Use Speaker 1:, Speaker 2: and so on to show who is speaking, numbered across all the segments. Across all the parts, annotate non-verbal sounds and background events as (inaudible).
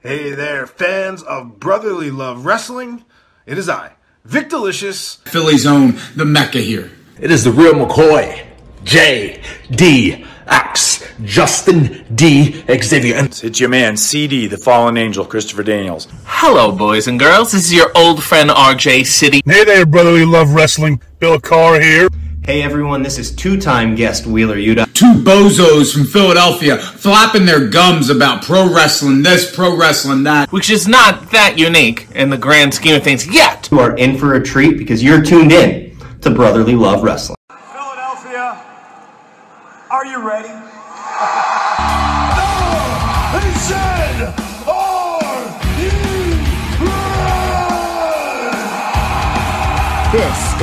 Speaker 1: Hey there, fans of Brotherly Love Wrestling. It is I, Vic Delicious.
Speaker 2: Philly's own, the Mecca here.
Speaker 3: It is the real McCoy, J. D. Axe, Justin D. Xavier, and
Speaker 4: It's your man, CD, the fallen angel, Christopher Daniels.
Speaker 5: Hello, boys and girls. This is your old friend RJ City.
Speaker 6: Hey there, brotherly love wrestling. Bill Carr here.
Speaker 7: Hey everyone, this is two-time guest Wheeler Yuta.
Speaker 2: Two bozos from Philadelphia flapping their gums about pro wrestling this, pro wrestling that.
Speaker 5: Which is not that unique in the grand scheme of things yet.
Speaker 7: You are in for a treat because you're tuned in to Brotherly Love Wrestling.
Speaker 8: Philadelphia, are you ready? (laughs) no! He said, are you ready?
Speaker 9: This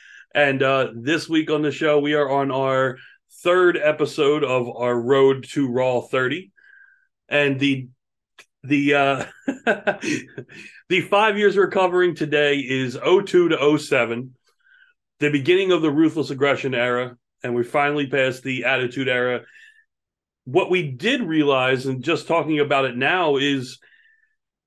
Speaker 10: And uh this week on the show we are on our third episode of our Road to Raw 30. And the the uh (laughs) the 5 years we're covering today is 02 to 07, the beginning of the ruthless aggression era and we finally passed the attitude era. What we did realize and just talking about it now is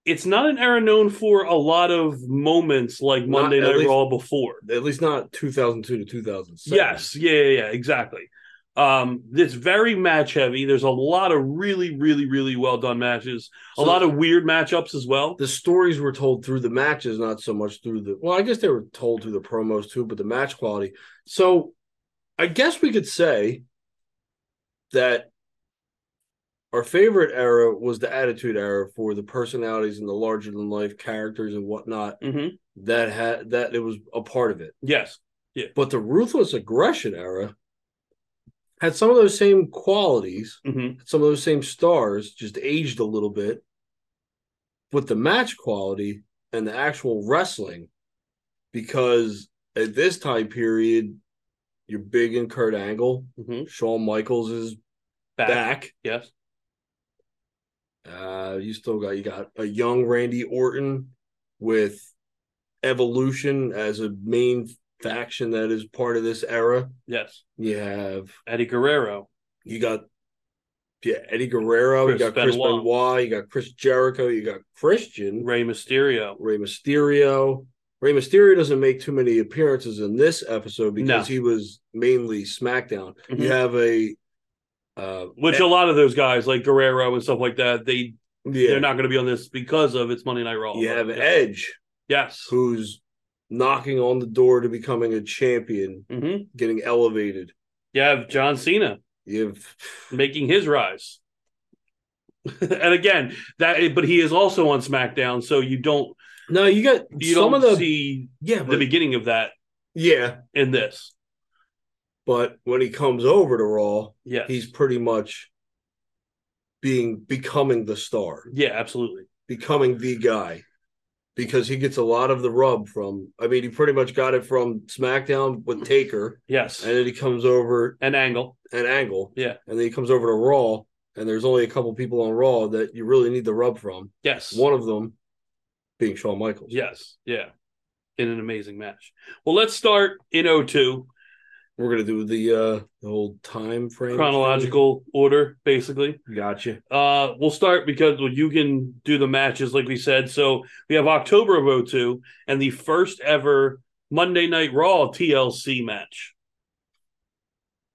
Speaker 10: it's not an era known for a lot of moments like
Speaker 11: Not-
Speaker 10: Monday
Speaker 11: at
Speaker 10: Night
Speaker 11: least-
Speaker 10: Raw before.
Speaker 11: at least not 2002 to 2007.
Speaker 10: Yes, yeah, yeah, yeah, exactly. Um, it's very match heavy. There's a lot of really, really, really well done matches.
Speaker 11: So-
Speaker 10: a lot of weird matchups as well.
Speaker 11: The stories were told through the matches, not so much through the. Well, I guess they were told through the promos too, but the match quality. So, I guess we could say that our favorite era was the Attitude Era for the personalities and the larger than life characters and whatnot
Speaker 10: hmm
Speaker 11: that had that it was a part of it.
Speaker 10: Yes,
Speaker 11: But the ruthless aggression era had some of those same qualities
Speaker 10: hmm
Speaker 11: some of those same stars just aged a little bit with the match quality and the actual wrestling because at this time period you're big in Kurt Angle,
Speaker 10: hmm
Speaker 11: Shawn Michaels is
Speaker 10: Back.
Speaker 11: back.
Speaker 10: Yes,
Speaker 11: Uh you still got you got a young Randy Orton with Evolution as a main faction that is part of this era.
Speaker 10: yes.
Speaker 11: You have
Speaker 10: Eddie Guerrero.
Speaker 11: you got yeah, Eddie Guerrero,
Speaker 10: Chris
Speaker 11: you got Chris
Speaker 10: Benoit.
Speaker 11: Benoit. you got Chris Jericho, you got Christian,
Speaker 10: Rey Mysterio.
Speaker 11: Rey Mysterio. Rey Mysterio doesn't make too many appearances in this episode because
Speaker 10: No.
Speaker 11: he was mainly SmackDown.
Speaker 10: Mhm.
Speaker 11: You have a uh
Speaker 10: Which a lot of those guys like Guerrero and stuff like that, they
Speaker 11: yeah,
Speaker 10: they're not going to be on this because of it's Monday Night Raw.
Speaker 11: you have
Speaker 10: Yeah.
Speaker 11: Edge
Speaker 10: Yes.
Speaker 11: who's knocking on the door to becoming a champion,
Speaker 10: hmm
Speaker 11: getting elevated.
Speaker 10: You have John Cena
Speaker 11: You have
Speaker 10: making his rise. (laughs) and again, that but he is also on SmackDown, so you don't
Speaker 11: no, you got
Speaker 10: you
Speaker 11: some
Speaker 10: don't
Speaker 11: of the
Speaker 10: see
Speaker 11: yeah,
Speaker 10: the
Speaker 11: but-
Speaker 10: beginning of that
Speaker 11: yeah,
Speaker 10: in this.
Speaker 11: but when he comes over to Raw,
Speaker 10: Yeah,
Speaker 11: he's pretty much being becoming the star,
Speaker 10: yeah, absolutely.
Speaker 11: becoming the guy, because he gets a lot of the rub from. I mean, he pretty much got it from SmackDown with Taker,
Speaker 10: Yes,
Speaker 11: and then he comes over
Speaker 10: and Angle.
Speaker 11: and Angle,
Speaker 10: Yeah.
Speaker 11: and then he comes over to Raw, and there's only a couple people on Raw that you really need the rub from.
Speaker 10: Yes,
Speaker 11: One of them being Shawn Michaels.
Speaker 10: yes, yeah. In an amazing match. Well, let's start in 02
Speaker 11: We're gonna do the uh the whole time frame
Speaker 10: chronological order, basically.
Speaker 11: thing. Gotcha.
Speaker 10: Uh, we'll start because well, you can do the matches like we said. So we have October of 02 and the first ever Monday Night Raw TLC match.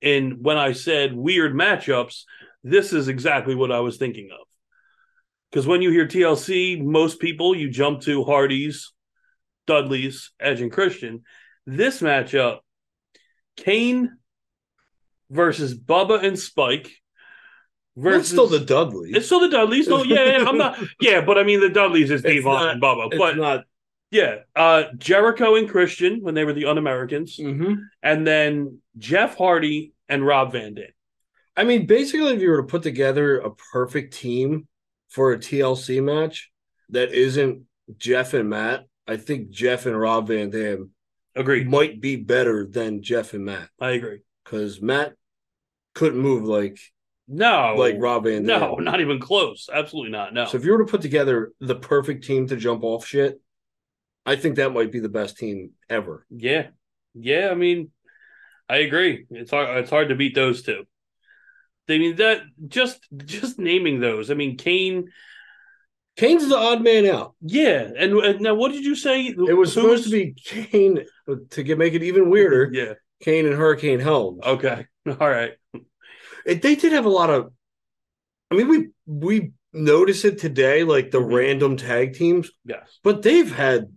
Speaker 10: And when I said weird matchups, this is exactly what I was thinking of. Because when you hear TLC, most people you jump to Hardy's, Dudley's, Edge, and Christian. This matchup, Kane versus Bubba and Spike
Speaker 11: Versus, still the Dudleys.
Speaker 10: it's still the Dudleys. No, yeah, yeah, I'm not.
Speaker 11: (laughs)
Speaker 10: Yeah, but I mean, the Dudleys is
Speaker 11: It's
Speaker 10: Devon
Speaker 11: not-
Speaker 10: and Bubba.
Speaker 11: It's
Speaker 10: But
Speaker 11: not.
Speaker 10: yeah, uh, Jericho and Christian when they were the Un Americans,
Speaker 11: Mhm.
Speaker 10: and then Jeff Hardy and Rob Van Dam.
Speaker 11: I mean, basically, if you were to put together a perfect team for a TLC match, that isn't Jeff and Matt, I think Jeff and Rob Van Dam
Speaker 10: agree
Speaker 11: might be better than Jeff and Matt
Speaker 10: I agree.
Speaker 11: because Matt couldn't move like
Speaker 10: No,
Speaker 11: like Rob Van Dam.
Speaker 10: no, not even close. Absolutely not. No.
Speaker 11: So if you were to put together the perfect team to jump off shit, I think that might be the best team ever.
Speaker 10: Yeah, yeah. I mean, I agree. It's hard. It's hard to beat those two. I mean that just just naming those. I mean Kane.
Speaker 11: Kane's the odd man out.
Speaker 10: Yeah, and, and now what did you say?
Speaker 11: It was supposed to be Kane to get, make it even weirder.
Speaker 10: Yeah.
Speaker 11: Kane and Hurricane Helms.
Speaker 10: Okay. (laughs) All right.
Speaker 11: It, they did have a lot of. I mean, we we notice it today, like
Speaker 10: Mm-hmm.
Speaker 11: the random tag teams,
Speaker 10: Yes.
Speaker 11: but they've had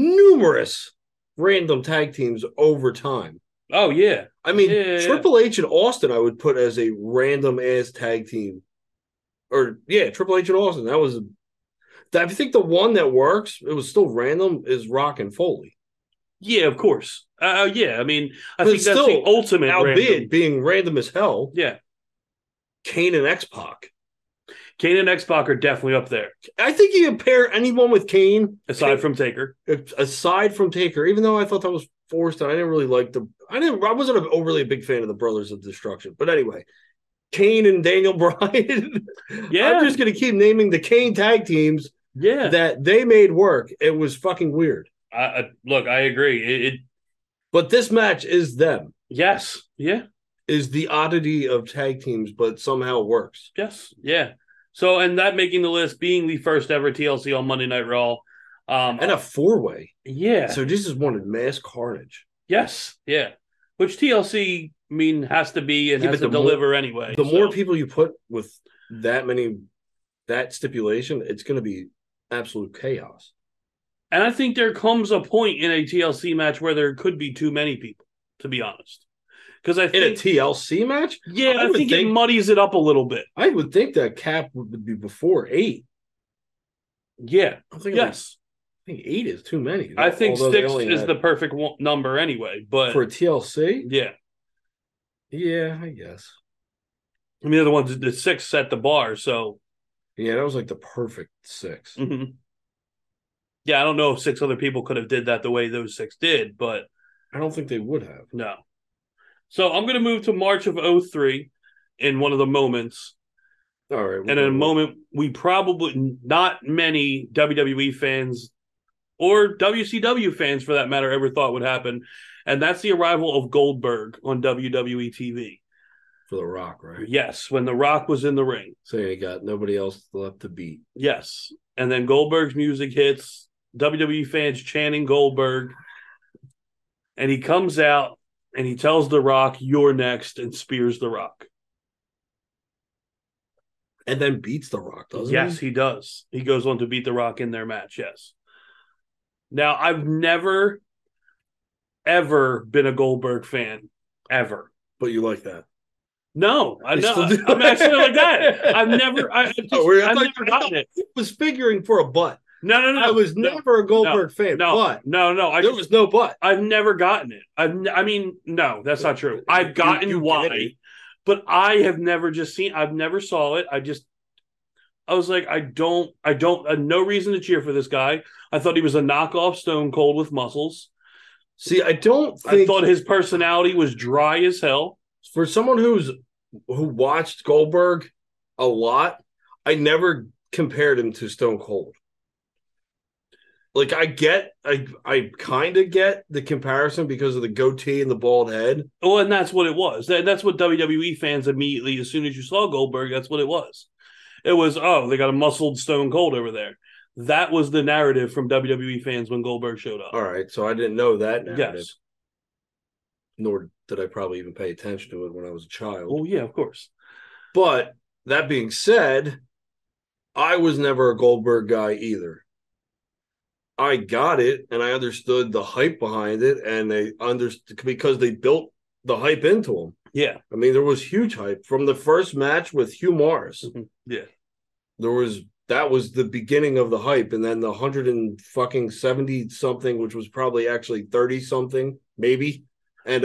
Speaker 11: numerous random tag teams over time.
Speaker 10: Oh yeah.
Speaker 11: I mean,
Speaker 10: Yeah, yeah,
Speaker 11: Triple H and Austin, I would put as a random ass tag team, or yeah, Triple H and Austin. That was, I think the one that works. It was still random. Is Rock and Foley,
Speaker 10: Yeah. Of course. Uh, yeah. I mean, I
Speaker 11: But
Speaker 10: think that's the
Speaker 11: still,
Speaker 10: ultimate.
Speaker 11: albeit
Speaker 10: random.
Speaker 11: being random as hell.
Speaker 10: Yeah.
Speaker 11: Kane and X Pac.
Speaker 10: Kane and X Pac are definitely up there,
Speaker 11: I think you can pair anyone with Kane
Speaker 10: aside from Taker.
Speaker 11: aside from Taker, even though I thought that was forced and I didn't really like the I didn't I wasn't a, overly a big fan of the Brothers of Destruction. But anyway, Kane and Daniel (laughs) Bryan.
Speaker 10: Yeah.
Speaker 11: I'm just gonna keep naming the Kane tag teams
Speaker 10: Yeah.
Speaker 11: that they made work. It was fucking weird.
Speaker 10: I, I, look, I agree. It, it
Speaker 11: But this match is them,
Speaker 10: yes. Yeah.
Speaker 11: is the oddity of tag teams, but somehow works.
Speaker 10: Yes, yeah. So, and that making the list being the first ever TLC on Monday Night Raw. Um,
Speaker 11: And a four way.
Speaker 10: yeah,
Speaker 11: So this is wanted mass carnage.
Speaker 10: yes, yeah. Which TLC I mean has to be and
Speaker 11: Yeah,
Speaker 10: has
Speaker 11: but
Speaker 10: to
Speaker 11: the more-
Speaker 10: deliver anyway.
Speaker 11: The
Speaker 10: so-
Speaker 11: more people you put with that many that stipulation, it's gonna be absolute chaos.
Speaker 10: and I think there comes a point in a TLC match where there could be too many people, to be honest. Because I
Speaker 11: in a
Speaker 10: think,
Speaker 11: TLC match,
Speaker 10: yeah,
Speaker 11: I
Speaker 10: I,
Speaker 11: would
Speaker 10: think,
Speaker 11: think-
Speaker 10: it muddies it up a little bit.
Speaker 11: I would think that cap would be before eight.
Speaker 10: Yeah,
Speaker 11: I think
Speaker 10: yes,
Speaker 11: I think eight is too many.
Speaker 10: I think
Speaker 11: Although they
Speaker 10: six
Speaker 11: only
Speaker 10: is
Speaker 11: had-
Speaker 10: the perfect one, number anyway. But
Speaker 11: for a TLC.
Speaker 10: yeah,
Speaker 11: Yeah, I guess.
Speaker 10: I mean, the other ones, the six set the bar, so
Speaker 11: Yeah, that was like the perfect six.
Speaker 10: hmm Yeah, I don't know if six other people could have did that the way those six did, but
Speaker 11: I don't think they would have.
Speaker 10: no. So I'm going to move to March of 03 in one of the moments.
Speaker 11: All right,
Speaker 10: And in a moment, we probably not many WWE fans or WCW fans for that matter ever thought would happen. And that's the arrival of Goldberg on WWE TV.
Speaker 11: for the Rock, right?
Speaker 10: Yes, when The Rock was in the ring.
Speaker 11: So you got nobody else left to beat.
Speaker 10: Yes. And then Goldberg's music hits, WWE fans chanting Goldberg. And he comes out and he tells The Rock, You're next, and spears The Rock.
Speaker 11: And then beats the Rock, doesn't
Speaker 10: yes,
Speaker 11: he?
Speaker 10: he does. He goes on to beat The Rock in their match. Yes. Now, I've never, ever been a Goldberg fan, ever.
Speaker 11: But you like
Speaker 10: (laughs)
Speaker 11: that?
Speaker 10: No, I
Speaker 11: You
Speaker 10: know.
Speaker 11: still do?
Speaker 10: I'm actually like that. I've never, I, I've, just,
Speaker 11: Oh, we're- I
Speaker 10: I've
Speaker 11: thought-
Speaker 10: never gotten
Speaker 11: (laughs)
Speaker 10: it.
Speaker 11: I was figuring for a butt.
Speaker 10: No, no, no.
Speaker 11: I was
Speaker 10: no,
Speaker 11: never a Goldberg fan,
Speaker 10: no,
Speaker 11: but
Speaker 10: no, no. I
Speaker 11: there
Speaker 10: just-
Speaker 11: was no but.
Speaker 10: I've never gotten it. I've n- I mean, no, that's not true.
Speaker 11: You-
Speaker 10: I've gotten
Speaker 11: you get
Speaker 10: why,
Speaker 11: it.
Speaker 10: but I have never just seen. I've never saw it. I just, I was like, I don't, I don't, uh, no reason to cheer for this guy. I thought he was a knockoff Stone Cold with muscles.
Speaker 11: See, I don't
Speaker 10: I
Speaker 11: think
Speaker 10: thought his personality was dry as hell.
Speaker 11: for someone who's who watched Goldberg a lot, I never compared him to Stone Cold. Like I get, I I kind of get the comparison because of the goatee and the bald head.
Speaker 10: Well, and that's what it was. That, that's what WWE fans immediately, as soon as you saw Goldberg, that's what it was. It was, oh, they got a muscled Stone Cold over there. That was the narrative from WWE fans when Goldberg showed up.
Speaker 11: All right, so I didn't know that narrative.
Speaker 10: Yes.
Speaker 11: Nor did I probably even pay attention to it when I was a child.
Speaker 10: Well, yeah, of course.
Speaker 11: But that being said, I was never a Goldberg guy either. I got it and I understood the hype behind it, and they understood because they built the hype into him.
Speaker 10: Yeah,
Speaker 11: I mean, there was huge hype from the first match with Hugh Morris.
Speaker 10: Mm-hmm. yeah,
Speaker 11: There was that was the beginning of the hype, and then the hundred and fucking seventy something, which was probably actually thirty something, maybe. And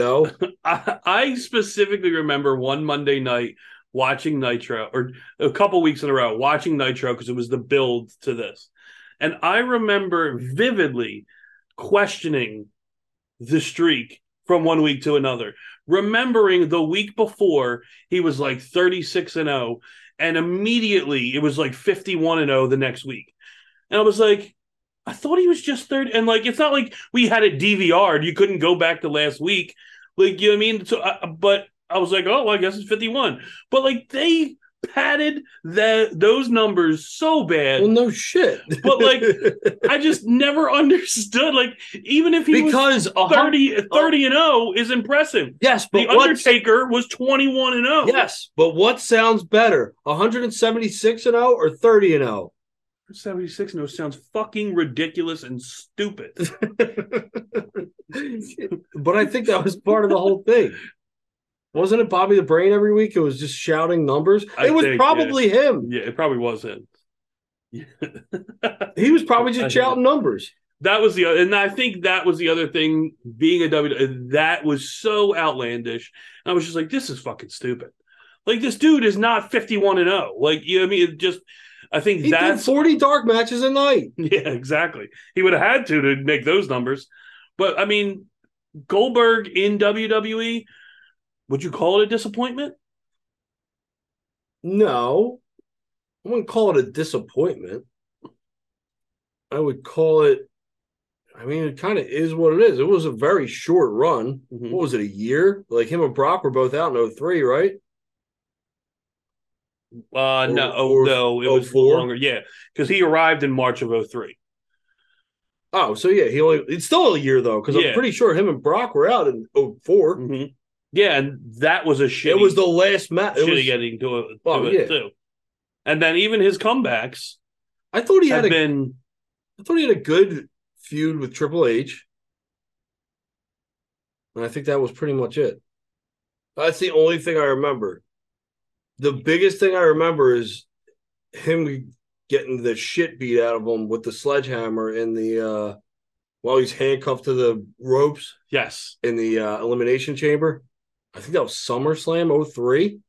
Speaker 10: (laughs)
Speaker 11: oh,
Speaker 10: I, I specifically remember one Monday night watching Nitro, or a couple weeks in a row watching Nitro because it was the build to this, And I remember vividly questioning the streak from one week to another. Remembering the week before, he was like 36 and 0, and immediately it was like 51 and 0 the next week. And I was like, I thought he was just third. And like, it's not like we had it DVR'd. You couldn't go back to last week. Like, you know what I mean? So, I, but I was like, oh, well, I guess it's 51. But like, they padded that those numbers so bad.
Speaker 11: Well, no shit.
Speaker 10: but
Speaker 11: (laughs)
Speaker 10: like, (laughs) I just never understood. Like, even if he
Speaker 11: Because a
Speaker 10: was
Speaker 11: hun-
Speaker 10: 30, 30 and 0 is impressive.
Speaker 11: Yes, but
Speaker 10: The
Speaker 11: what's-
Speaker 10: Undertaker was 21 and oh. 0.
Speaker 11: Yes, but what sounds better, 176 and 0 or 30 and oh?
Speaker 10: (laughs)
Speaker 11: 0?
Speaker 10: 76 and 0 sounds fucking ridiculous and
Speaker 11: (laughs)
Speaker 10: stupid.
Speaker 11: But I think that was part of the whole thing. Wasn't it Bobby the Brain every week? It was just shouting numbers.
Speaker 10: I
Speaker 11: it was
Speaker 10: think,
Speaker 11: probably him.
Speaker 10: Yeah, it probably was him.
Speaker 11: He was
Speaker 10: (laughs)
Speaker 11: probably
Speaker 10: I
Speaker 11: just
Speaker 10: hear
Speaker 11: shouting numbers.
Speaker 10: That was the other, and I think that was the other thing. Being a W, that was so outlandish. And I was just like, this is fucking stupid. Like this dude is not fifty-one and zero. Like you know, what I mean, it just I think
Speaker 11: He
Speaker 10: that's
Speaker 11: did 40 dark matches a night.
Speaker 10: (laughs) yeah, exactly. He would have had to to make those numbers. But I mean, Goldberg in WWE, would you call it a disappointment?
Speaker 11: No. I wouldn't call it a disappointment. I would call it I mean, it kind of is what it is. It was a very short run.
Speaker 10: Mhm.
Speaker 11: What was it, a year? Like him and Brock were both out in 03, right?
Speaker 10: Uh, no,
Speaker 11: Or-
Speaker 10: oh,
Speaker 11: or
Speaker 10: no, it was
Speaker 11: 04?
Speaker 10: longer. Yeah, because he arrived in March of 03.
Speaker 11: Oh, so yeah, he only it's still a year though, because
Speaker 10: Yeah.
Speaker 11: I'm pretty sure him and Brock were out in 4
Speaker 10: Mhm. Yeah, and that was a shitty.
Speaker 11: Mm-hmm. It was the last match.
Speaker 10: should have getting to it, to
Speaker 11: Oh,
Speaker 10: it
Speaker 11: yeah.
Speaker 10: too. And then even his comebacks
Speaker 11: I thought he
Speaker 10: have
Speaker 11: had a I
Speaker 10: been
Speaker 11: thought he had a good feud with Triple H. And I think that was pretty much it. That's the only thing I remember. The biggest thing I remember is him getting the shit beat out of him with the sledgehammer in the uh while he's handcuffed to the ropes
Speaker 10: yes.
Speaker 11: in the uh, elimination chamber. I think that was SummerSlam 03.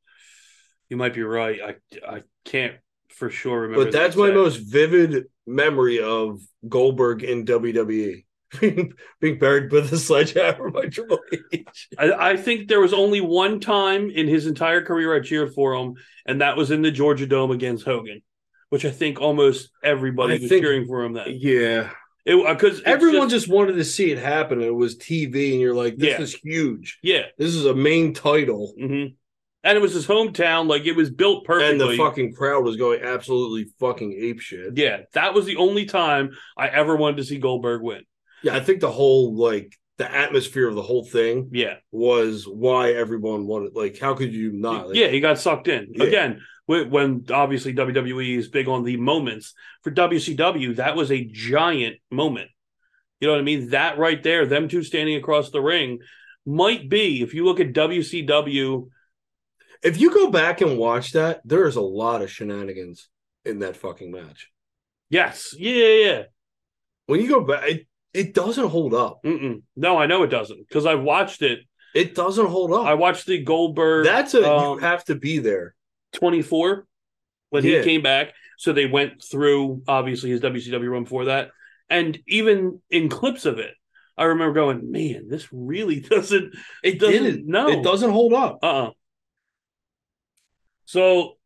Speaker 10: You might be right. I I can't for sure remember.
Speaker 11: But
Speaker 10: the
Speaker 11: that's my
Speaker 10: exact-
Speaker 11: most vivid memory of Goldberg in WWE. (laughs) Being buried with a (laughs) sledgehammer by Triple H.
Speaker 10: I, I think there was only one time in his entire career I cheered for him, and that was in the Georgia Dome against Hogan, which I think almost everybody
Speaker 11: I
Speaker 10: was
Speaker 11: think-
Speaker 10: cheering for him then. uh,
Speaker 11: Yeah.
Speaker 10: Because
Speaker 11: Everyone just, wanted to see it happen. It was TV, and you're like, this
Speaker 10: Yeah.
Speaker 11: is huge.
Speaker 10: yeah,
Speaker 11: This is a main title.
Speaker 10: hmm and it was his hometown. Like it was built
Speaker 11: And
Speaker 10: perfectly.
Speaker 11: the fucking crowd was going absolutely fucking apeshit.
Speaker 10: yeah, that was the only time I ever wanted to see Goldberg win.
Speaker 11: yeah, I think the whole, like, the atmosphere of the whole thing
Speaker 10: Yeah.
Speaker 11: was why everyone wanted. Like, how could you not? Like,
Speaker 10: yeah, he got sucked in
Speaker 11: Yeah.
Speaker 10: again. wh- When obviously WWE is big on the moments for WCW, that was a giant moment. You know what I mean? That right there, them two standing across the ring, might be if you look at WCW.
Speaker 11: If you go back and watch that, there is a lot of shenanigans in that fucking match.
Speaker 10: Yes, yeah, yeah.
Speaker 11: When you go back, it, it doesn't hold up.
Speaker 10: yeah. Mm-mm. No, I know it doesn't because I watched it.
Speaker 11: It doesn't hold
Speaker 10: I
Speaker 11: up.
Speaker 10: watched the Goldberg.
Speaker 11: That's a
Speaker 10: um,
Speaker 11: you have to be there.
Speaker 10: 24 when
Speaker 11: Yeah.
Speaker 10: he came back. So they went through obviously his WCW run before that. And even in clips of it, I remember going, man, this really (laughs) doesn't it doesn't
Speaker 11: Didn't-
Speaker 10: no
Speaker 11: It doesn't hold up.
Speaker 10: uh uh So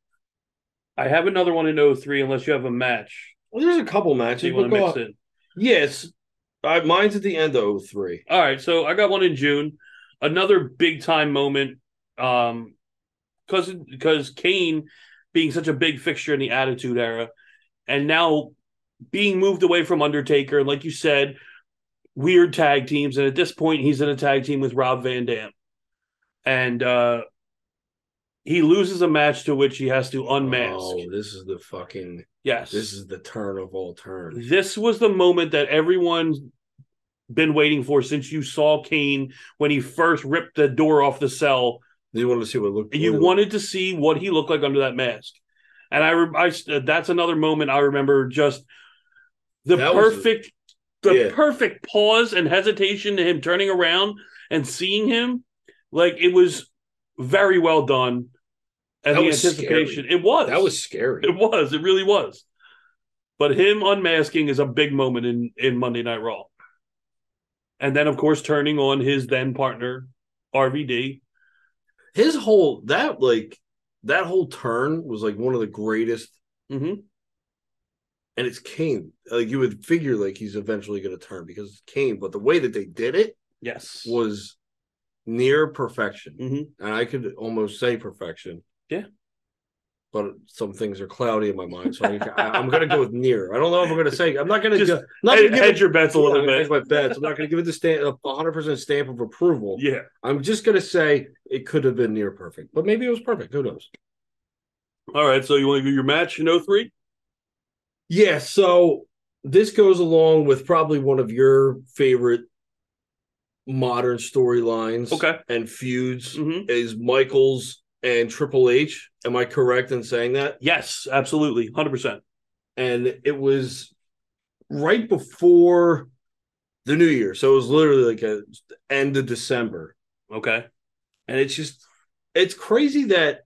Speaker 10: I have another one in 03 unless you have a match.
Speaker 11: Well, there's a couple matches.
Speaker 10: So you
Speaker 11: but
Speaker 10: want to
Speaker 11: go
Speaker 10: mix
Speaker 11: on.
Speaker 10: in.
Speaker 11: Yes, I, mine's at the end of 03.
Speaker 10: All right, so I got one in June. Another big time moment. Um because because Kane being such a big fixture in the Attitude Era, and now being moved away from Undertaker, and like you said, weird tag teams. And at this point, he's in a tag team with Rob Van Dam. And uh he loses a match to which he has to unmask.
Speaker 11: Oh, this is the fucking.
Speaker 10: yes.
Speaker 11: This is the turn of all turns.
Speaker 10: This was the moment that everyone's been waiting for since you saw Kane when he first ripped the door off the cell.
Speaker 11: You want to see what it looked?
Speaker 10: And you
Speaker 11: what it
Speaker 10: wanted to see what he looked like under that mask. And I, re- I s- that's another moment I remember just the
Speaker 11: That was a-
Speaker 10: perfect, the
Speaker 11: Yeah.
Speaker 10: perfect pause and hesitation to him turning around and seeing him. Like it was very well done. And
Speaker 11: That
Speaker 10: the
Speaker 11: was
Speaker 10: anticipation, (laughs) it was.
Speaker 11: That was scary.
Speaker 10: It was. It really was. But him unmasking is a big moment in, in Monday Night Raw. And then, of course, turning on his then partner, RVD.
Speaker 11: His whole that like that whole turn was like one of the greatest,
Speaker 10: Mm-hmm.
Speaker 11: and it's Kane. Like you would figure, like he's eventually going to turn because it's Kane. But the way that they did it
Speaker 10: Yes.
Speaker 11: was near perfection,
Speaker 10: Mhm.
Speaker 11: and I could almost say perfection.
Speaker 10: Yeah.
Speaker 11: But some things are cloudy in my mind, so I, I, am going to go with near. I don't know if I'm going to say. I'm not going to.
Speaker 10: Just
Speaker 11: go not
Speaker 10: Hed-
Speaker 11: gonna give it
Speaker 10: hedge your bets a
Speaker 11: Yeah,
Speaker 10: little
Speaker 11: I hedge
Speaker 10: bit.
Speaker 11: my bets. I'm not going to give it the stamp, a 100% stamp of approval.
Speaker 10: Yeah.
Speaker 11: I'm just going to say it could have been near perfect, but maybe it was perfect. Who knows?
Speaker 10: All right. So you want to do your match in 03?
Speaker 11: Yeah. So this goes along with probably one of your favorite modern storylines
Speaker 10: Okay.
Speaker 11: and feuds
Speaker 10: Mm-hmm.
Speaker 11: is Michaels and Triple H. Am I correct in saying that?
Speaker 10: Yes, absolutely. 100%.
Speaker 11: and it was right before the new year so it was literally like a end of december
Speaker 10: Okay.
Speaker 11: and it's just it's crazy that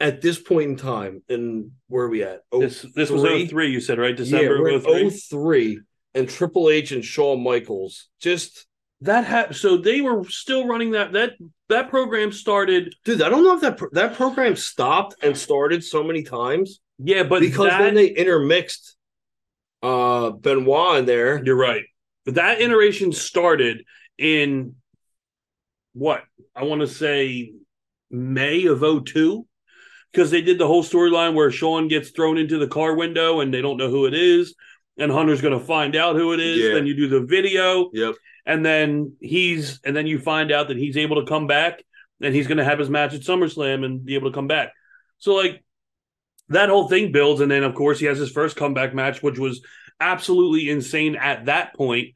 Speaker 11: at this point in time and where are we at oh
Speaker 10: This this was 03, you said, right? December
Speaker 11: yeah,
Speaker 10: of 03?
Speaker 11: we're 03 and triple h and shawn michaels just
Speaker 10: That ha- so they were still running that that that program started
Speaker 11: dude i don't know if that pro- that program stopped and started so many times
Speaker 10: yeah, but
Speaker 11: because
Speaker 10: that,
Speaker 11: then they intermixed uh benoit in there
Speaker 10: you're right. But that iteration started in what I want to say May of 02 because they did the whole storyline where Sean gets thrown into the car window and they don't know who it is and Hunter's going to find out who it is
Speaker 11: Yeah.
Speaker 10: then you do the video
Speaker 11: Yep.
Speaker 10: and then he's and then you find out that he's able to come back and he's going to have his match at SummerSlam and be able to come back so like that whole thing builds and then of course he has his first comeback match which was absolutely insane at that point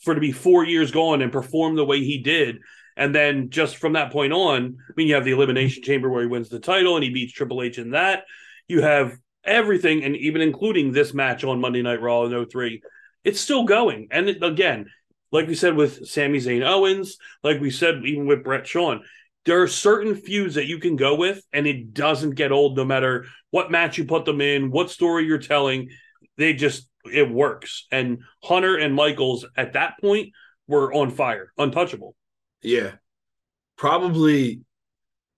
Speaker 10: for to be 4 years gone and perform the way he did and then just from that point on, I mean, you have the Elimination Chamber where he wins the title and he beats Triple H in that. You have everything, and even including this match on Monday Night Raw in 03. It's still going. And it, again, like we said with Sami Zayn Owens, like we said even with Brett Shawn, there are certain feuds that you can go with, and it doesn't get old no matter what match you put them in, what story you're telling. They just, it works. And Hunter and Michaels at that point were on fire, untouchable.
Speaker 11: Yeah. Probably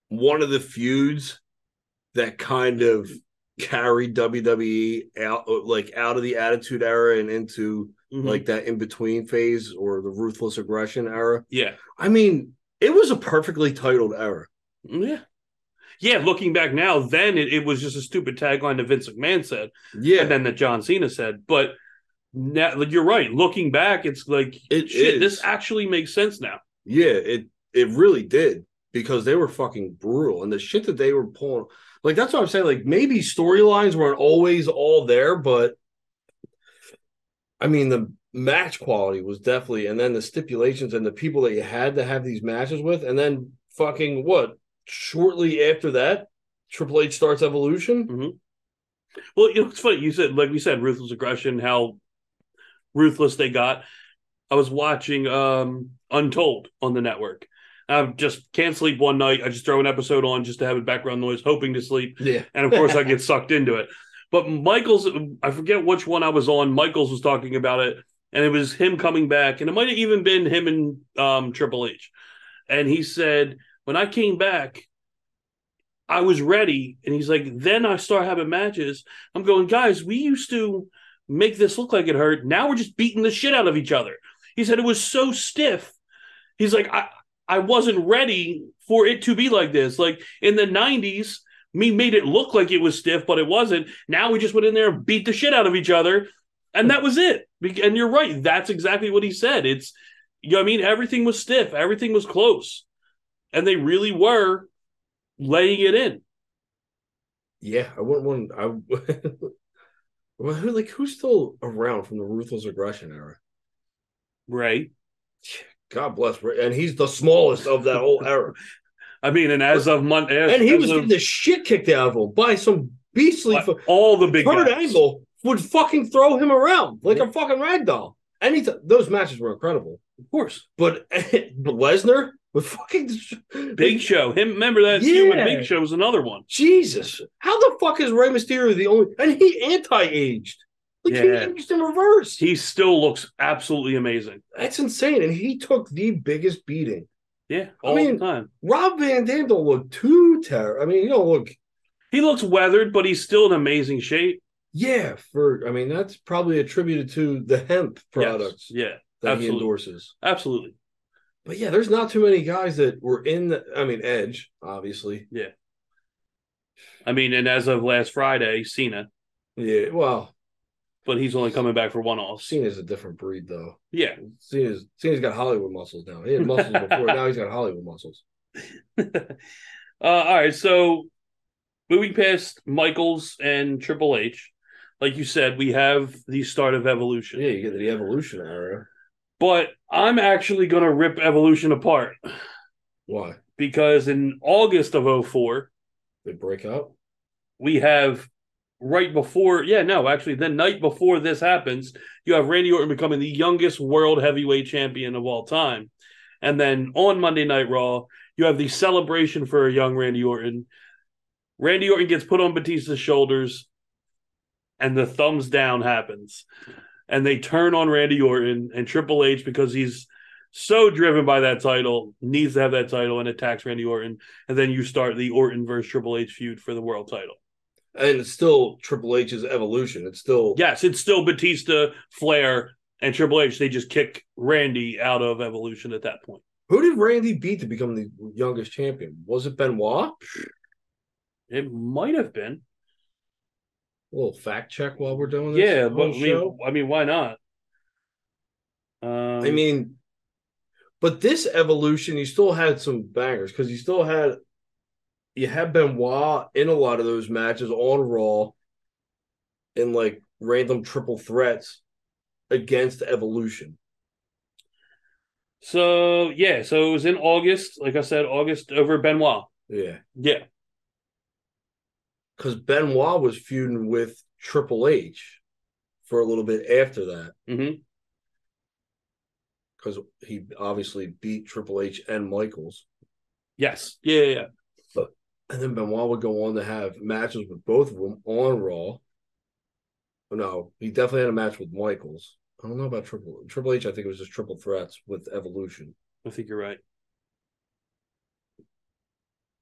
Speaker 11: one of the feuds that kind of carried WWE out uh, like out of the attitude era and into
Speaker 10: Mhm.
Speaker 11: like that in between phase or the ruthless aggression era.
Speaker 10: yeah.
Speaker 11: I mean, it was a perfectly titled era.
Speaker 10: Yeah. Yeah, looking back now, then it, it was just a stupid tagline that Vince McMahon said,
Speaker 11: Yeah.
Speaker 10: and then that John Cena said. But now, like, you're right. Looking back, it's like
Speaker 11: It
Speaker 10: shit.
Speaker 11: is.
Speaker 10: This actually makes sense now.
Speaker 11: Yeah, it it really did because they were fucking brutal and the shit that they were pulling. Like that's what I'm saying. Like maybe storylines weren't always all there, but I mean the match quality was definitely, and then the stipulations and the people that you had to have these matches with, and then fucking what? Shortly after that, Triple H starts Evolution.
Speaker 10: Well, you know, it's funny. You said, like we said, ruthless aggression. How ruthless they got. I was watching um Untold on the network. I just can't sleep one night. I just throw an episode on just to have a background noise, hoping to sleep.
Speaker 11: Yeah,
Speaker 10: and of course I get sucked into it. But Michaels, I forget which one I was on. Michaels was talking about it, and it was him coming back, and it might have even been him and um, Triple H. And he said, when I came back, I was ready. And he's like, then I start having matches. I'm going, guys, we used to make this look like it hurt. Now we're just beating the shit out of each other. He said it was so stiff. He's like, I, I wasn't ready for it to be like this. Like in the 90s, me made it look like it was stiff, but it wasn't. Now we just went in there and beat the shit out of each other, and that was it. Be- And you're right. That's exactly what he said. It's, you know, what I mean, everything was stiff, everything was close, and they really were laying it in.
Speaker 11: yeah. I wouldn't want. I (laughs) well, who like who's still around from the ruthless aggression era?
Speaker 10: Right.
Speaker 11: God bless, Ray- and he's the smallest of that whole
Speaker 10: (laughs)
Speaker 11: era.
Speaker 10: I mean, and as of Monday,
Speaker 11: and he was getting the shit kicked out of him by some beastly fu-
Speaker 10: all the big
Speaker 11: Kurt
Speaker 10: guys.
Speaker 11: Angle would fucking throw him around like a fucking rag doll. Any t- those matches were incredible,
Speaker 10: of course.
Speaker 11: but (laughs) but Lesnar would fucking (laughs)
Speaker 10: Big Show. Him. Remember that
Speaker 11: Yeah.
Speaker 10: human Big Show was another one.
Speaker 11: Jesus. How the fuck is Rey Mysterio the only? And he anti-aged. Like he
Speaker 10: Yeah.
Speaker 11: aged in reverse.
Speaker 10: He still looks absolutely amazing.
Speaker 11: That's insane. And he took the biggest beating.
Speaker 10: Yeah,
Speaker 11: I
Speaker 10: all
Speaker 11: mean-
Speaker 10: the time.
Speaker 11: Rob Van Dam don't look too terrible. I mean, you don't look
Speaker 10: He looks weathered, but he's still in amazing shape.
Speaker 11: yeah, for I mean, that's probably attributed to the hemp products
Speaker 10: Yes. Yeah,
Speaker 11: that he
Speaker 10: absolutely.
Speaker 11: endorses.
Speaker 10: absolutely.
Speaker 11: But yeah, there's not too many guys that were in the I mean, Edge, obviously.
Speaker 10: I mean, and as of last Friday, Cena,
Speaker 11: Yeah, well,
Speaker 10: but he's only coming back for one off.
Speaker 11: Cena's a different breed though.
Speaker 10: Yeah,
Speaker 11: Cena's Cena's got Hollywood muscles now. He
Speaker 10: (laughs)
Speaker 11: had muscles before, now he's got Hollywood muscles.
Speaker 10: uh, all right, so moving past Michaels and Triple H, like you said, we have the start of Evolution.
Speaker 11: Yeah, you get the evolution era.
Speaker 10: But I'm actually going to rip Evolution apart
Speaker 11: Why?
Speaker 10: because in August of 04,
Speaker 11: They break up?
Speaker 10: we have right before, yeah, no, actually, the night before this happens, you have Randy Orton becoming the youngest world heavyweight champion of all time. And then on Monday Night Raw, you have the celebration for a young Randy Orton. Randy Orton gets put on Batista's shoulders, and the thumbs down happens. And they turn on Randy Orton and Triple H because he's so driven by that title, needs to have that title, and attacks Randy Orton. And then you start the Orton versus Triple H feud for the world title.
Speaker 11: And it's still Triple H's evolution. It's still
Speaker 10: Yes, it's still Batista, Flair, and Triple H. They just kick Randy out of Evolution at that point.
Speaker 11: Who did Randy beat to become the youngest champion? Was it Benoit?
Speaker 10: It might have been.
Speaker 11: A little fact check while we're doing this.
Speaker 10: Yeah,
Speaker 11: on
Speaker 10: but I
Speaker 11: the
Speaker 10: mean, I mean, why not? Um,
Speaker 11: I mean, but this evolution, you still had some bangers because you still had you had Benoit in a lot of those matches on Raw in like random triple threats against Evolution.
Speaker 10: so yeah, so it was in August, like I said, August over Benoit.
Speaker 11: Yeah,
Speaker 10: Yeah,
Speaker 11: because Benoit was feuding with Triple H for a little bit after that.
Speaker 10: hmm
Speaker 11: because he obviously beat Triple H and Michaels.
Speaker 10: yes, yeah, yeah, yeah.
Speaker 11: And then Benoit would go on to have matches with both of them on Raw. Oh, No, he definitely had a match with Michaels. I don't know about Triple Triple H. I think it was just triple threats with Evolution.
Speaker 10: I think you're right.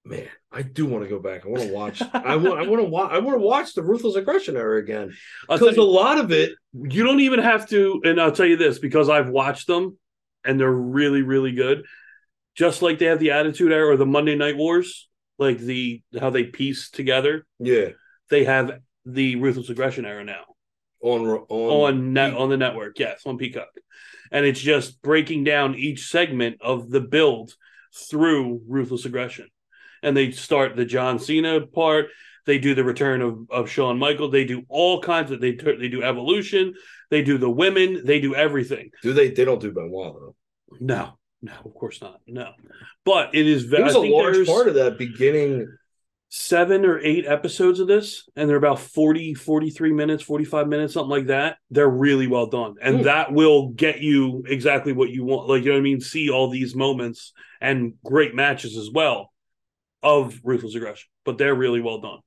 Speaker 11: Man, I do want to go back. I want to watch. I want. I want to watch. I want to watch the Ruthless Aggression era again
Speaker 10: I'll
Speaker 11: because a
Speaker 10: tell
Speaker 11: lot of it.
Speaker 10: you, you don't even have to, and I'll tell you this because I've watched them, and they're really, really good. Just like they have the Attitude Era or the Monday Night Wars, like the how they piece together.
Speaker 11: Yeah,
Speaker 10: They have the Ruthless Aggression Era now.
Speaker 11: on Ra- on,
Speaker 10: on net on the network yes on peacock and it's just breaking down each segment of the build through ruthless aggression and they start the john cena part they do the return of, of Shawn Michaels. They do all kinds of they tur- they do evolution. They do the women. They do everything.
Speaker 11: Do they? They don't do Benoit though.
Speaker 10: No, no, of course not. No, but it is. ve-
Speaker 11: There was
Speaker 10: I
Speaker 11: a
Speaker 10: think
Speaker 11: large
Speaker 10: there's
Speaker 11: part of that beginning
Speaker 10: seven or eight episodes of this and they're about 40 43 minutes 45 minutes something like that they're really well done and
Speaker 11: Hmm.
Speaker 10: that will get you exactly what you want like you know what i mean see all these moments and great matches as well of ruthless aggression but they're really well done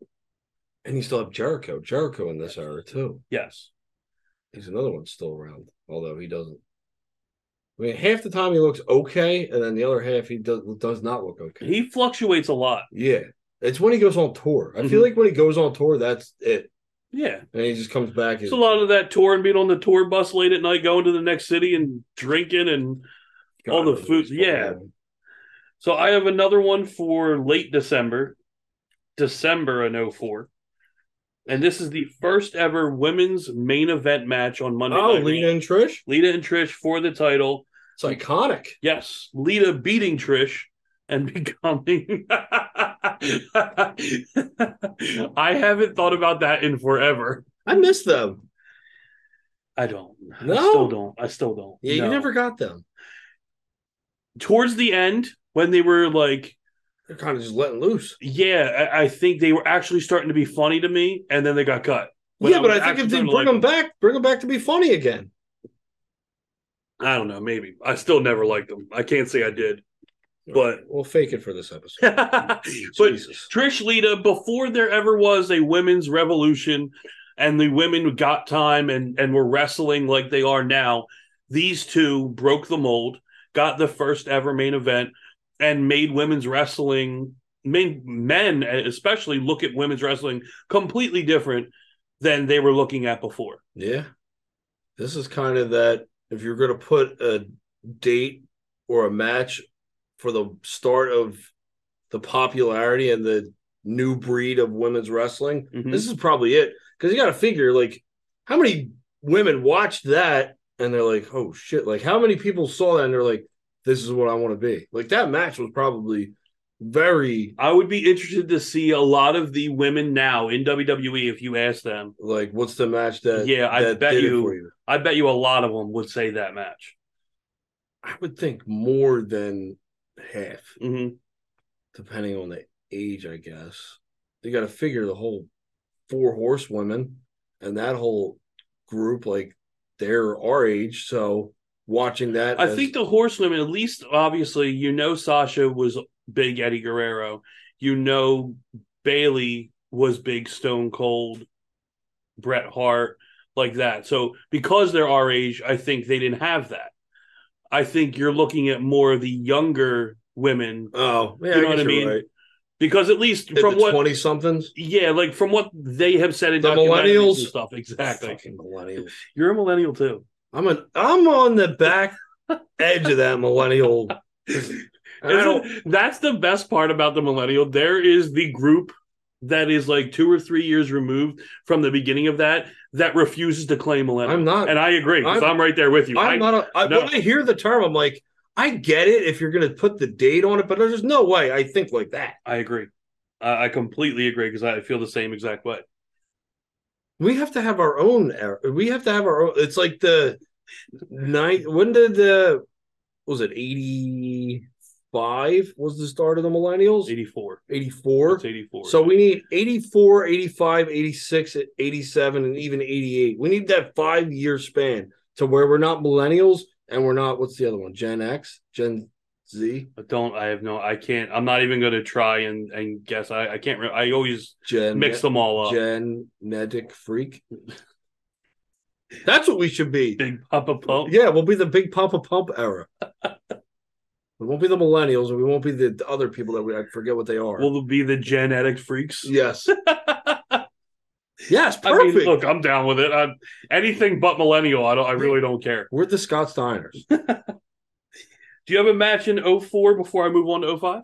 Speaker 11: And you still have Jericho. Jericho in this era too.
Speaker 10: yes
Speaker 11: He's another one still around, although he doesn't. I mean, half the time he looks okay, and then the other half he does does not look okay.
Speaker 10: he fluctuates a lot
Speaker 11: yeah, it's when he goes on tour. I feel
Speaker 10: Mhm.
Speaker 11: like when he goes on tour, that's it,
Speaker 10: yeah
Speaker 11: and he just comes back.
Speaker 10: it's a lot of that tour and being on the tour bus late at night going to the next city and drinking and all the food- yeah. So I have another one for late December, December in 04. And this is the first ever women's main event match on Monday
Speaker 11: Oh,
Speaker 10: Night Raw.
Speaker 11: Lena and Trish,
Speaker 10: Lita and Trish for the title.
Speaker 11: it's iconic.
Speaker 10: Yes, Lita beating Trish and (laughs) becoming. I haven't thought about that in forever.
Speaker 11: I miss them.
Speaker 10: I don't. I
Speaker 11: No.
Speaker 10: still don't. I still don't.
Speaker 11: Yeah,
Speaker 10: No.
Speaker 11: you never got them.
Speaker 10: Towards the end, when they were like
Speaker 11: They're kind of just letting loose.
Speaker 10: Yeah, I, I think they were actually starting to be funny to me, and then they got cut. When
Speaker 11: yeah, but
Speaker 10: was
Speaker 11: I think
Speaker 10: actually
Speaker 11: if they
Speaker 10: starting
Speaker 11: bring
Speaker 10: to like
Speaker 11: them back, bring them back to be funny again.
Speaker 10: I don't know. Maybe I still never liked them. I can't say I did, (laughs) but
Speaker 11: We'll fake it for this episode.
Speaker 10: but
Speaker 11: Jesus.
Speaker 10: Trish Lita before there ever was a women's revolution. and the women got time and and were wrestling like they are now, these two broke the mold, got the first ever main event, and made women's wrestling men, men especially look at women's wrestling completely different than they were looking at before.
Speaker 11: Yeah. This is kind of that if you're going to put a date or a match for the start of the popularity and the new breed of women's wrestling,
Speaker 10: Mhm.
Speaker 11: this is probably it. Because you got to figure, like, how many women watched that and they're like, oh shit, like, how many people saw that and they're like, this is what I want to be? Like, that match was probably very,
Speaker 10: I would be interested to see a lot of the women now in WWE if you ask them.
Speaker 11: like, what's the match that,
Speaker 10: Yeah, I
Speaker 11: that
Speaker 10: bet
Speaker 11: did it
Speaker 10: you-
Speaker 11: for you?
Speaker 10: I bet you a lot of them would say that match.
Speaker 11: I would think more than half,
Speaker 10: hmm
Speaker 11: depending on the age, I guess. You got to figure the whole four horsewomen and that whole group, like they're our age. So watching that,
Speaker 10: I
Speaker 11: as-
Speaker 10: think the horsewomen, at least obviously, you know Sasha was big Eddie Guerrero. You know Bailey was big Stone Cold, Bret Hart, like that. So because they're our age, I think they didn't have that. I think you're looking at more of the younger women
Speaker 11: oh, yeah,
Speaker 10: you
Speaker 11: I
Speaker 10: know what
Speaker 11: guess
Speaker 10: I
Speaker 11: you're
Speaker 10: mean?
Speaker 11: Right.
Speaker 10: because at least from
Speaker 11: From
Speaker 10: what
Speaker 11: 20 somethings,
Speaker 10: yeah, like from what they have said in
Speaker 11: The
Speaker 10: documentaries
Speaker 11: millennials?
Speaker 10: and stuff. Exactly.
Speaker 11: fucking millennials.
Speaker 10: You're a millennial too.
Speaker 11: I'm an, I'm on
Speaker 10: (laughs)
Speaker 11: the back edge of that millennial. And I don't,
Speaker 10: Isn't- that's the best part about the millennial. There is the group that is like two or three years removed from the beginning of that that refuses to claim millennial.
Speaker 11: I'm not,
Speaker 10: and I agree because I'm,
Speaker 11: I'm-
Speaker 10: right there with you.
Speaker 11: I'm
Speaker 10: I-
Speaker 11: not. A, I,
Speaker 10: no.
Speaker 11: When I hear the term, I'm like, I get it if you're going to put the date on it, but there's no way I think like that.
Speaker 10: I agree. I, I completely agree because I feel the same exact way.
Speaker 11: We have to have our own. era- We have to have our own. It's like the nine. When did the what was it eighty five? Was the start of the millennials?
Speaker 10: 84.
Speaker 11: Eighty four.
Speaker 10: It's 84.
Speaker 11: So we need 84, 85, 86, 87, and even 88. We need that five year span to where we're not millennials and we're not, what's the other one? Gen X, Gen Z,
Speaker 10: I don't. I have no. I can't. I'm not even going to try and and guess. I I can't. Re- I always
Speaker 11: Gen
Speaker 10: mix them all up.
Speaker 11: genetic freak. (laughs) That's what we should be.
Speaker 10: Big Papa Pump.
Speaker 11: Yeah, we'll be the big Papa Pump era. we won't be the millennials, and we won't be the, the other people that we I forget what they are.
Speaker 10: Will it be the genetic freaks? (laughs)
Speaker 11: yes,
Speaker 10: I
Speaker 11: yes,
Speaker 10: mean,
Speaker 11: perfect.
Speaker 10: look, I'm down with it. i anything but millennial. I don't. I really don't care.
Speaker 11: we're the Scott Steiners.
Speaker 10: Do you have a match in 04 before I move on to 05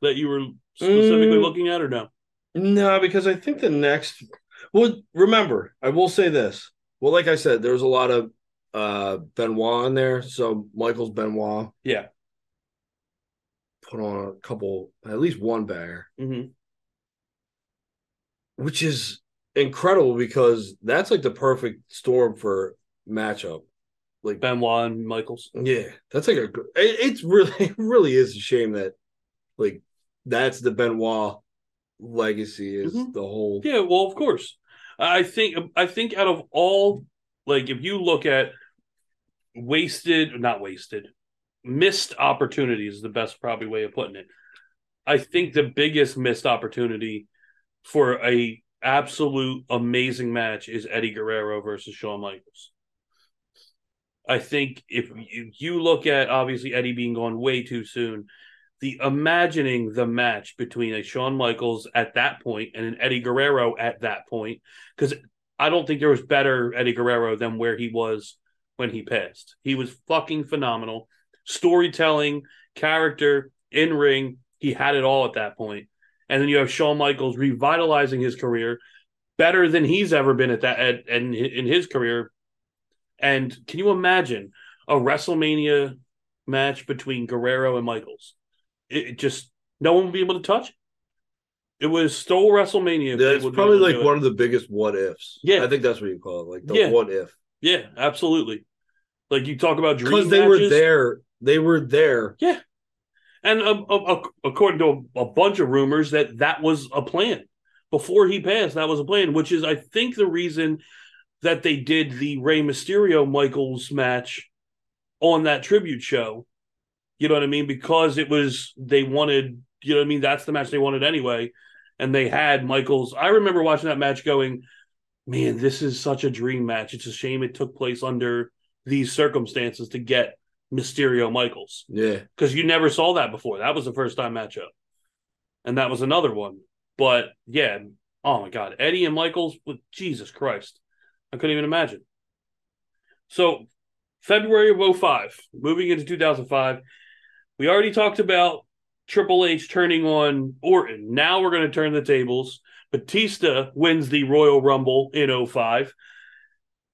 Speaker 10: that you were specifically
Speaker 11: Mm.
Speaker 10: looking at or no?
Speaker 11: No, because I think the next. Well, remember, I will say this. Well, like I said, there was a lot of uh Benoit in there, so Michael's Benoit
Speaker 10: Yeah.
Speaker 11: put on a couple, at least one banger,
Speaker 10: Mm-hmm.
Speaker 11: which is incredible because that's like the perfect storm for matchup. Like,
Speaker 10: Benoit and Michaels.
Speaker 11: yeah, that's like a. good- It, it's really, (laughs) it really is a shame that, like, that's the Benoit legacy is
Speaker 10: Mhm.
Speaker 11: the whole.
Speaker 10: Yeah, well, of course. I think I think out of all like if you look at wasted, not wasted, missed opportunities is the best probably way of putting it. I think the biggest missed opportunity for a absolute amazing match is Eddie Guerrero versus Shawn Michaels. I think if you- you look at obviously Eddie being gone way too soon, the imagining the match between a Shawn Michaels at that point and an Eddie Guerrero at that point, because I don't think there was better Eddie Guerrero than where he was when he passed. He was fucking phenomenal. Storytelling, character, in ring, he had it all at that point. And then you have Shawn Michaels revitalizing his career better than he's ever been at that at, and in his career. And can you imagine a WrestleMania match between Guerrero and Michaels? it, it just no one would be able to touch it. It was stole WrestleMania. if they
Speaker 11: That's
Speaker 10: would be
Speaker 11: probably
Speaker 10: able to
Speaker 11: like
Speaker 10: do it.
Speaker 11: one of the biggest what ifs.
Speaker 10: Yeah.
Speaker 11: I think that's what you call it, like the
Speaker 10: Yeah.
Speaker 11: what if,
Speaker 10: Yeah, absolutely. Like you talk about dream
Speaker 11: because they were
Speaker 10: matches,
Speaker 11: there. They were there.
Speaker 10: and um, um, ac- according to a, a bunch of rumors that that was a plan before he passed. That was a plan, which is I think the reason that they did the Rey Mysterio Michaels match on that tribute show. You know what I mean? Because it was they wanted. You know what I mean? That's the match they wanted anyway, and they had Michaels. I remember watching that match going. man, this is such a dream match. It's a shame it took place under these circumstances to get Mysterio Michaels
Speaker 11: Yeah.
Speaker 10: because you never saw that before. That was the first time matchup, and that was another one. But yeah, oh my God, Eddie and Michaels, with Jesus Christ, I couldn't even imagine. So, February of 05, moving into 2005, we already talked about Triple H turning on Orton. Now we're going to turn the tables. Batista wins the Royal Rumble in 05.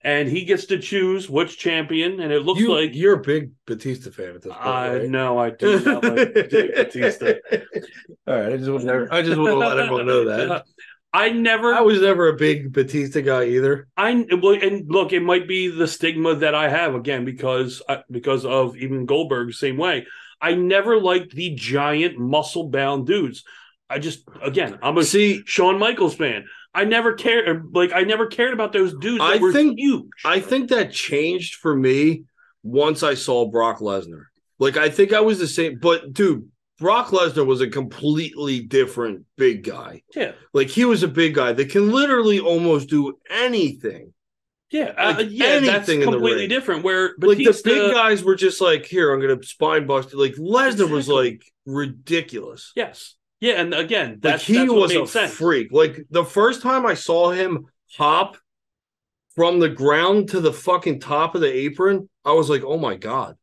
Speaker 10: And he gets to choose which champion, and it looks
Speaker 11: you,
Speaker 10: like
Speaker 11: you're a big Batista fan at this point.
Speaker 10: I
Speaker 11: (laughs) right?
Speaker 10: know Uh, I do not like Dave Batista.
Speaker 11: (laughs) All right, I just
Speaker 10: (laughs)
Speaker 11: want to, I just want to let everyone know that
Speaker 10: I never,
Speaker 11: I
Speaker 10: I,
Speaker 11: was never a big Batista guy either.
Speaker 10: well, and look, it might be the stigma that I have again because I, because of even Goldberg, same way. I never liked the giant muscle bound dudes. I just again, I'm a
Speaker 11: See,
Speaker 10: Shawn Michaels fan. I never cared, uh, like I never cared about those dudes. That
Speaker 11: I
Speaker 10: were
Speaker 11: think-
Speaker 10: huge.
Speaker 11: I think that changed for me once I saw Brock Lesnar. Like I think I was the same, but dude, Brock Lesnar was a completely different big guy.
Speaker 10: yeah,
Speaker 11: Like he was a big guy that can literally almost do anything.
Speaker 10: yeah, uh,
Speaker 11: Like
Speaker 10: yeah. That's
Speaker 11: anything in the
Speaker 10: completely
Speaker 11: ring.
Speaker 10: different. Where
Speaker 11: like the big
Speaker 10: Batista,
Speaker 11: guys were just like, here, I'm gonna spine bust. Like Lesnar was
Speaker 10: Exactly.
Speaker 11: like ridiculous.
Speaker 10: yes, yeah, and again,
Speaker 11: Like
Speaker 10: that's
Speaker 11: he
Speaker 10: that's what
Speaker 11: was
Speaker 10: made
Speaker 11: a
Speaker 10: sense.
Speaker 11: freak. Like the first time I saw him hop from the ground to the fucking top of the apron, I was like, "Oh my god!"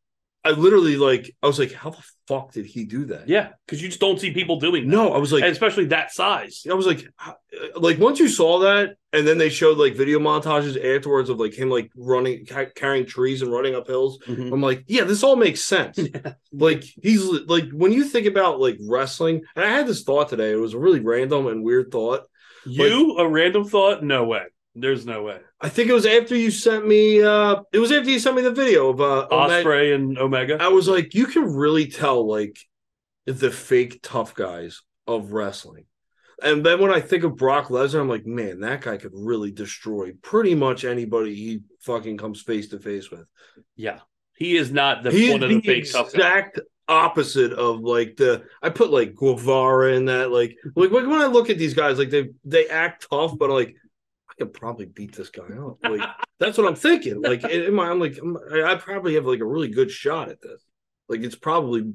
Speaker 11: I literally like, I was like, "How the fuck did he do that?"
Speaker 10: Yeah, because you just don't see people doing that.
Speaker 11: No, I was like,
Speaker 10: and especially that size.
Speaker 11: I was like, "How-" like once you saw that, and then they showed like video montages afterwards of like him like running, ca- carrying trees and running up hills.
Speaker 10: Mm-hmm.
Speaker 11: I'm like, yeah, this all makes
Speaker 10: (laughs)
Speaker 11: sense. Like he's like when you think about like wrestling, and I had this thought today. It was a really random and weird thought.
Speaker 10: You a random thought? No way. There's no way.
Speaker 11: I think it was after you sent me. uh It was after you sent me the video of uh, Omega.
Speaker 10: Osprey and Omega.
Speaker 11: I was like, you can really tell like the fake tough guys of wrestling. And then when I think of Brock Lesnar, I'm like, man, that guy could really destroy pretty much anybody he fucking comes face to face with.
Speaker 10: Yeah, he is not the
Speaker 11: He's
Speaker 10: one of the
Speaker 11: the
Speaker 10: big tough guys.
Speaker 11: exact opposite of like the I put like Guevara in that like like when I look at these guys like they they act tough but like I could probably beat this guy up
Speaker 10: (laughs)
Speaker 11: like that's what I'm thinking like in in my I'm like I'm, I I probably have like a really good shot at this like it's probably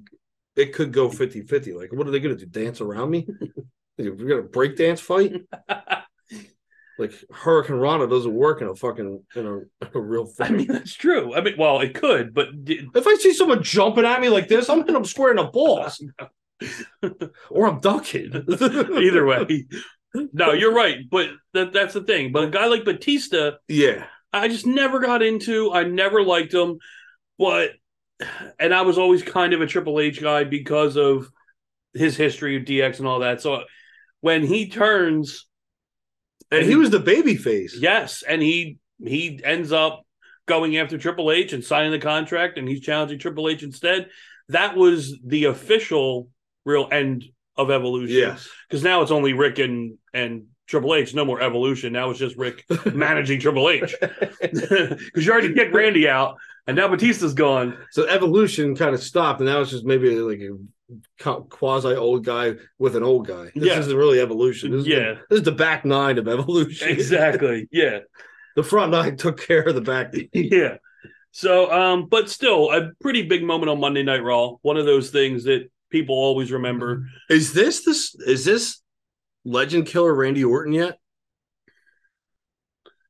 Speaker 11: it could go 50-50 like what are they gonna do dance
Speaker 10: (laughs)
Speaker 11: around me we're gonna break dance fight like Hurricane Rana doesn't work in a fucking in a, a (laughs) real fight.
Speaker 10: I mean, (laughs) that's true. I mean, well, it could, but d-
Speaker 11: If I see someone jumping at me like this, I'm hitting them square in the balls. or I'm ducking.
Speaker 10: either way, no, you're right. But that, that's the thing. But a guy like Batista,
Speaker 11: Yeah.
Speaker 10: I just never got into. I never liked him, but and I was always kind of a Triple H guy because of his history of DX and all that. So when he turns,
Speaker 11: And he was the baby face.
Speaker 10: yes, and he he ends up going after Triple H and signing the contract, and he's challenging Triple H instead. That was the official real end of Evolution.
Speaker 11: Yes. (laughs)
Speaker 10: because now it's only Rick and and Triple H. No more Evolution. Now it's just
Speaker 11: (laughs)
Speaker 10: Rick managing Triple H (laughs) because you already kicked Randy out, and now Batista's gone.
Speaker 11: So evolution kind of stopped, and now it's just maybe like a quasi old guy with an old guy. This
Speaker 10: Yeah.
Speaker 11: isn't really evolution. This is
Speaker 10: Yeah.
Speaker 11: The, this is the back nine of (laughs) evolution.
Speaker 10: Exactly. Yeah.
Speaker 11: The front nine took care of the back. (laughs)
Speaker 10: Yeah. So, um, but still, a pretty big moment on Monday Night Raw. One of those things that people always remember.
Speaker 11: Is this this is this legend killer Randy Orton yet?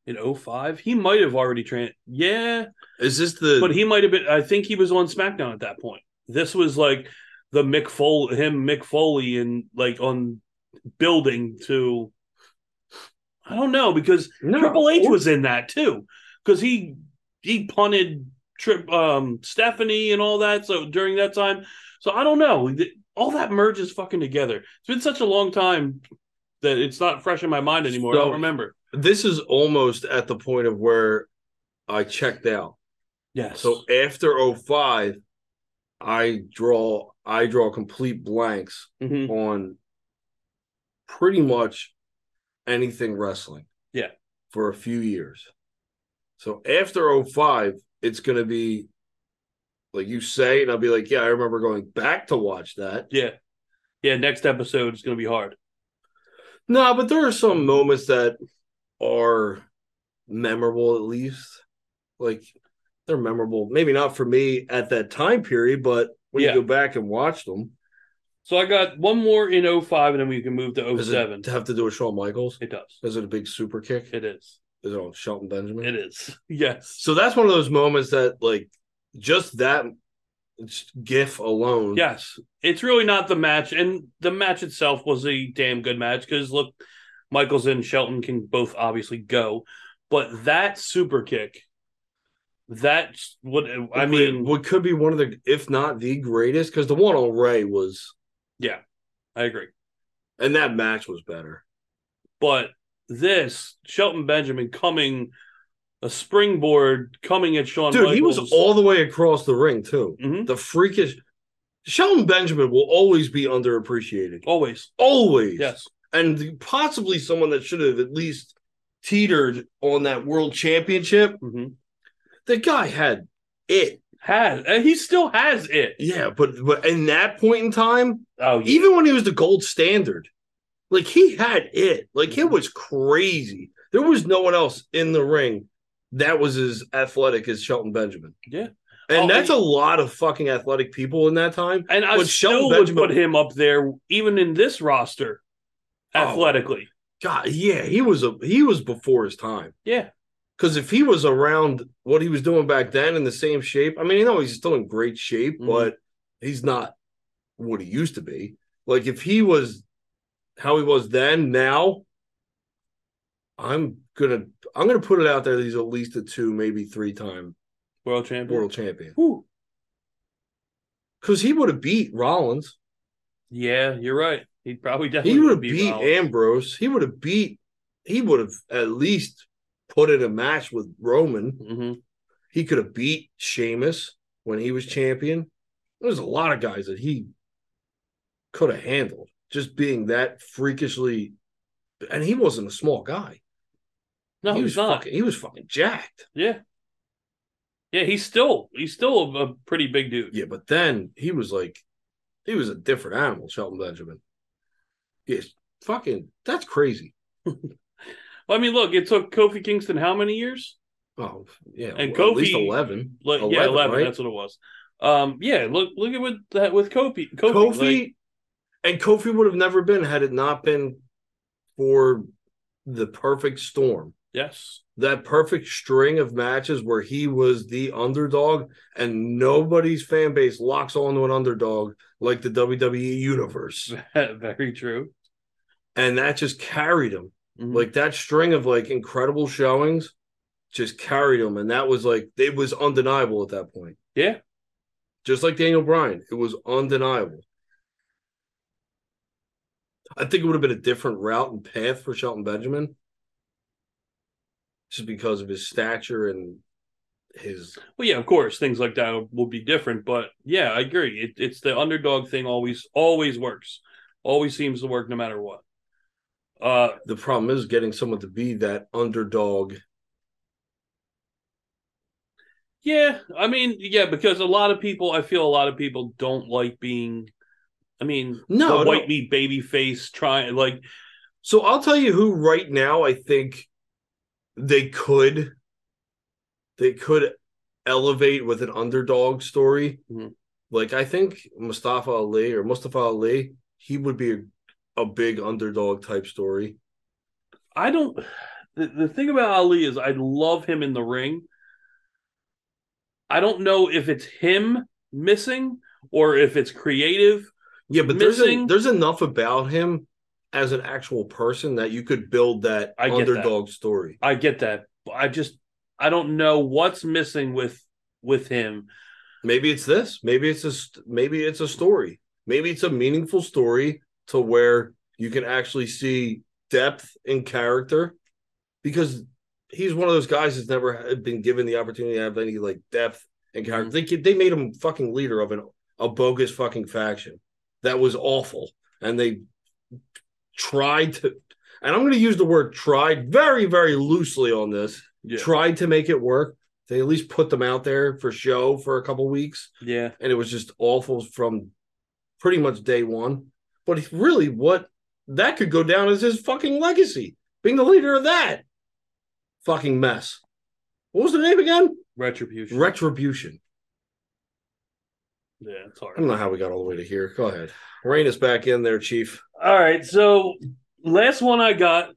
Speaker 10: In 05, he might have already tran Yeah,
Speaker 11: Is this the
Speaker 10: but he might have been. I think he was on SmackDown at that point. This was like the Mick Foley, him Mick Foley, and like on building to. I don't know because
Speaker 11: No.
Speaker 10: Triple H was in that too because he he punted Trip um, Stephanie and all that. So during that time, so I don't know. Th- All that merges fucking together. It's been such a long time that it's not fresh in my mind anymore. I
Speaker 11: So-
Speaker 10: don't remember.
Speaker 11: this is almost at the point of where I checked out.
Speaker 10: Yes.
Speaker 11: So after 05, I draw I draw complete blanks
Speaker 10: Mhm.
Speaker 11: on pretty much anything wrestling.
Speaker 10: Yeah.
Speaker 11: For a few years. So after 05, it's gonna be like you say, and I'll be like, Yeah, I remember going back to watch that.
Speaker 10: yeah, yeah. Next episode is going to be hard.
Speaker 11: No, but there are some moments that are memorable at least. Like they're memorable. Maybe not for me at that time period, but when
Speaker 10: Yeah.
Speaker 11: you go back and watch them,
Speaker 10: So I got one more in 05, and then we can move to
Speaker 11: does
Speaker 10: 07.
Speaker 11: it have to do with Shawn Michaels?
Speaker 10: It does.
Speaker 11: Is it a big super kick?
Speaker 10: It is.
Speaker 11: Is it on Shelton Benjamin?
Speaker 10: It is. (laughs) Yes.
Speaker 11: So that's one of those moments that, like, just that GIF alone.
Speaker 10: Yes. It's really not the match. And the match itself was a damn good match because, look, Michaels and Shelton can both obviously go. But that super kick, that's what I mean.
Speaker 11: what could be one of the, if not the greatest, because the one on Ray was,
Speaker 10: Yeah, I agree.
Speaker 11: and that match was better.
Speaker 10: But this, Shelton Benjamin coming, a springboard coming at Shawn
Speaker 11: Dude,
Speaker 10: Michaels.
Speaker 11: he was all the way across the ring too.
Speaker 10: Mhm.
Speaker 11: The freakish Sheldon Benjamin will always be underappreciated.
Speaker 10: Always.
Speaker 11: Always.
Speaker 10: Yes.
Speaker 11: And possibly someone that should have at least teetered on that world championship.
Speaker 10: hmm
Speaker 11: The guy had it.
Speaker 10: Has. And he still has it.
Speaker 11: Yeah, but but in that point in time,
Speaker 10: Oh, yeah.
Speaker 11: even when he was the gold standard, like he had it. Like
Speaker 10: Mm-hmm.
Speaker 11: it was crazy. There was no one else in the ring that was as athletic as Shelton Benjamin.
Speaker 10: Yeah.
Speaker 11: And
Speaker 10: Oh,
Speaker 11: that's
Speaker 10: and-
Speaker 11: a lot of fucking athletic people in that time.
Speaker 10: And I
Speaker 11: But
Speaker 10: still
Speaker 11: Shelton
Speaker 10: would
Speaker 11: Benjamin-
Speaker 10: put him up there, even in this roster,
Speaker 11: Oh.
Speaker 10: athletically.
Speaker 11: God, yeah, he was a he was before his time.
Speaker 10: Yeah.
Speaker 11: Because if he was around what he was doing back then in the same shape, I mean, you know, he's still in great shape,
Speaker 10: Mhm.
Speaker 11: but he's not what he used to be. Like if he was how he was then, now I'm gonna I'm gonna put it out there that he's at least a two, maybe three time
Speaker 10: World champion.
Speaker 11: world champion.
Speaker 10: Whew.
Speaker 11: Because he would have beat Rollins.
Speaker 10: Yeah, you're right. He probably definitely
Speaker 11: He would have
Speaker 10: be
Speaker 11: beat
Speaker 10: Rollins.
Speaker 11: Ambrose. He would have beat. He would have at least put in a match with Roman.
Speaker 10: Mhm.
Speaker 11: He could have beat Sheamus when he was champion. There's a lot of guys that he could have handled just being that freakishly. And he wasn't a small guy.
Speaker 10: No,
Speaker 11: he
Speaker 10: he's,
Speaker 11: was
Speaker 10: not.
Speaker 11: Fucking, he was fucking jacked.
Speaker 10: Yeah. Yeah, he's still he's still a, a pretty big dude.
Speaker 11: Yeah, but then he was like, he was a different animal, Shelton Benjamin. Yes, fucking. That's crazy.
Speaker 10: I mean, look, it took Kofi Kingston how many years?
Speaker 11: Oh yeah,
Speaker 10: And
Speaker 11: well, at least
Speaker 10: Kofi-
Speaker 11: eleven.
Speaker 10: Like, yeah, eleven.
Speaker 11: right?
Speaker 10: That's what it was. Um, yeah, look, look at with that with Kofi. Kofi,
Speaker 11: Kofi,
Speaker 10: like,
Speaker 11: and Kofi would have never been had it not been for the perfect storm.
Speaker 10: yes, (laughs)
Speaker 11: That perfect string of matches where he was the underdog and nobody's fan base locks onto an underdog like the WWE universe.
Speaker 10: very true.
Speaker 11: And that just carried him.
Speaker 10: Mhm.
Speaker 11: Like that string of like incredible showings just carried him. And that was like it was undeniable at that point.
Speaker 10: Yeah.
Speaker 11: Just like Daniel Bryan, it was undeniable. I think it would have been a different route and path for Shelton Benjamin. Just because of his stature and his
Speaker 10: Well, yeah, of course, things like that will be different, but yeah, I agree. It, it's the underdog thing always always works, always seems to work no matter what. Uh,
Speaker 11: the problem is getting someone to be that underdog.
Speaker 10: yeah, I mean, yeah, because a lot of people, I feel a lot of people don't like being, I mean,
Speaker 11: No,
Speaker 10: the
Speaker 11: no.
Speaker 10: white meat baby face trying like
Speaker 11: So I'll tell you who right now I think they could they could elevate with an underdog story.
Speaker 10: Mhm.
Speaker 11: Like I think Mustafa Ali or Mustafa Ali, he would be a, a big underdog type story.
Speaker 10: I don't. The, the thing about Ali is I love him in the ring. I don't know if it's him missing or if it's creative.
Speaker 11: Yeah, but
Speaker 10: Missing-
Speaker 11: there's a, there's enough about him as an actual person that you could build that
Speaker 10: I get that.
Speaker 11: underdog story.
Speaker 10: I get that. But I just I don't know what's missing with with him.
Speaker 11: Maybe it's this. Maybe it's a st- maybe it's a story. Maybe it's a meaningful story to where you can actually see depth in character because he's one of those guys that's never had been given the opportunity to have any like depth in character. They They they made him fucking leader of an a bogus fucking faction that was awful, and they tried to. And I'm going to use the word tried very very loosely on this.
Speaker 10: Yeah.
Speaker 11: Tried to make it work. They at least put them out there for show for a couple weeks
Speaker 10: Yeah.
Speaker 11: and it was just awful from pretty much day one. But really, what that could go down as his fucking legacy, being the leader of that. fucking mess. What was the name again?
Speaker 10: Retribution.
Speaker 11: Retribution.
Speaker 10: yeah, it's
Speaker 11: I
Speaker 10: hard.
Speaker 11: don't know how we got all the way to here. Go ahead. Rain is back in there, Chief.
Speaker 10: All right, so last one I got,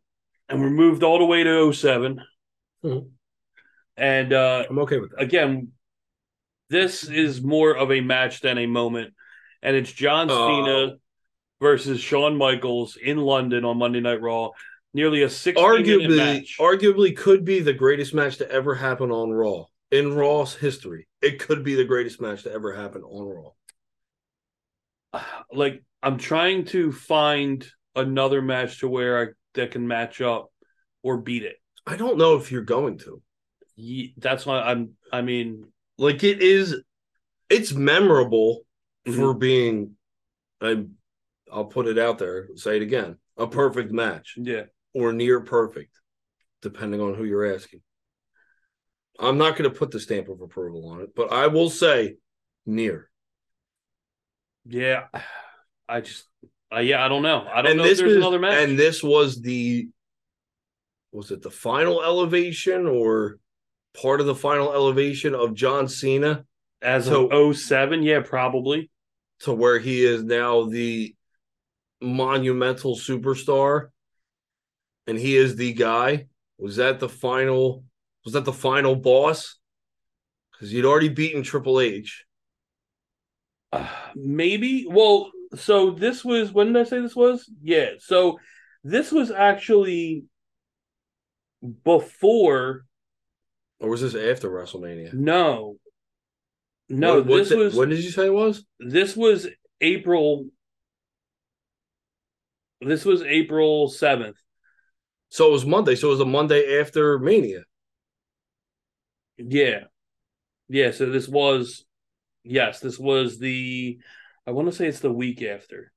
Speaker 10: and we moved all the way to 7
Speaker 11: Mhm.
Speaker 10: And uh,
Speaker 11: I'm okay with that.
Speaker 10: again, this is more of a match than a moment, and it's John
Speaker 11: Oh.
Speaker 10: Cena versus Shawn Michaels in London on Monday Night Raw. Nearly a six-minute
Speaker 11: Arguably,
Speaker 10: match.
Speaker 11: arguably could be the greatest match to ever happen on Raw in Raw's history. It could be the greatest match to ever happen on Raw.
Speaker 10: (sighs) like I'm trying to find another match to where I, that can match up or beat it.
Speaker 11: I don't know if you're going to.
Speaker 10: Ye- That's why I'm. I mean,
Speaker 11: Like it is, it's memorable
Speaker 10: Mm-hmm.
Speaker 11: for being. I, I'll put it out there. Say it again. A perfect match
Speaker 10: yeah.
Speaker 11: or near perfect, depending on who you're asking. I'm not going to put the stamp of approval on it, but I will say near.
Speaker 10: Yeah, (sighs) I just, uh, yeah, I don't know. I don't
Speaker 11: and
Speaker 10: know if
Speaker 11: this
Speaker 10: there's
Speaker 11: was,
Speaker 10: another match.
Speaker 11: And this was the was it the final elevation or part of the final elevation of John Cena
Speaker 10: As
Speaker 11: so-
Speaker 10: of 07, yeah, probably. (sighs)
Speaker 11: to where he is now the monumental superstar and he is the guy. Was that the final was that the final boss? Because he'd already beaten Triple H.
Speaker 10: Maybe. Well, so this was when did I say this was? Yeah. So this was actually before.
Speaker 11: Or was this after WrestleMania?
Speaker 10: No, no.
Speaker 11: What- what
Speaker 10: this
Speaker 11: the-
Speaker 10: was
Speaker 11: when did you say it was?
Speaker 10: this was April. This was April seventh.
Speaker 11: So it was Monday. So it was the Monday after Mania.
Speaker 10: Yeah. Yeah, so this was yes, this was the I want to say it's the week after.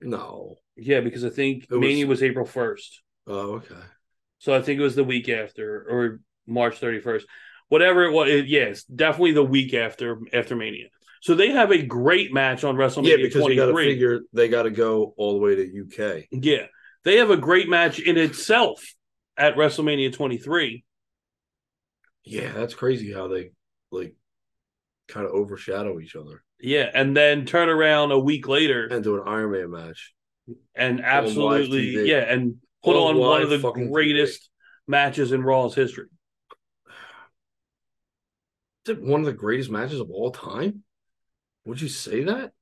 Speaker 11: No.
Speaker 10: Yeah, because I think
Speaker 11: It was-
Speaker 10: Mania was April 1st.
Speaker 11: Oh, okay.
Speaker 10: So I think it was the week after or March 31st. Whatever it was, it, yes, definitely the week after after Mania. So they have a great match on WrestleMania
Speaker 11: yeah, because you got to
Speaker 10: 23.
Speaker 11: figure they got to go all the way to UK.
Speaker 10: yeah. They have a great match in itself at WrestleMania 23.
Speaker 11: Yeah, that's crazy how they like kind of overshadow each other
Speaker 10: Yeah, and then turn around a week later
Speaker 11: and do an Iron Man match.
Speaker 10: and
Speaker 11: live
Speaker 10: absolutely
Speaker 11: TV.
Speaker 10: yeah and put
Speaker 11: On
Speaker 10: on, one
Speaker 11: live
Speaker 10: of the
Speaker 11: fucking TV.
Speaker 10: greatest matches in raw's history
Speaker 11: Is it one of the greatest matches of all time? Would you say that?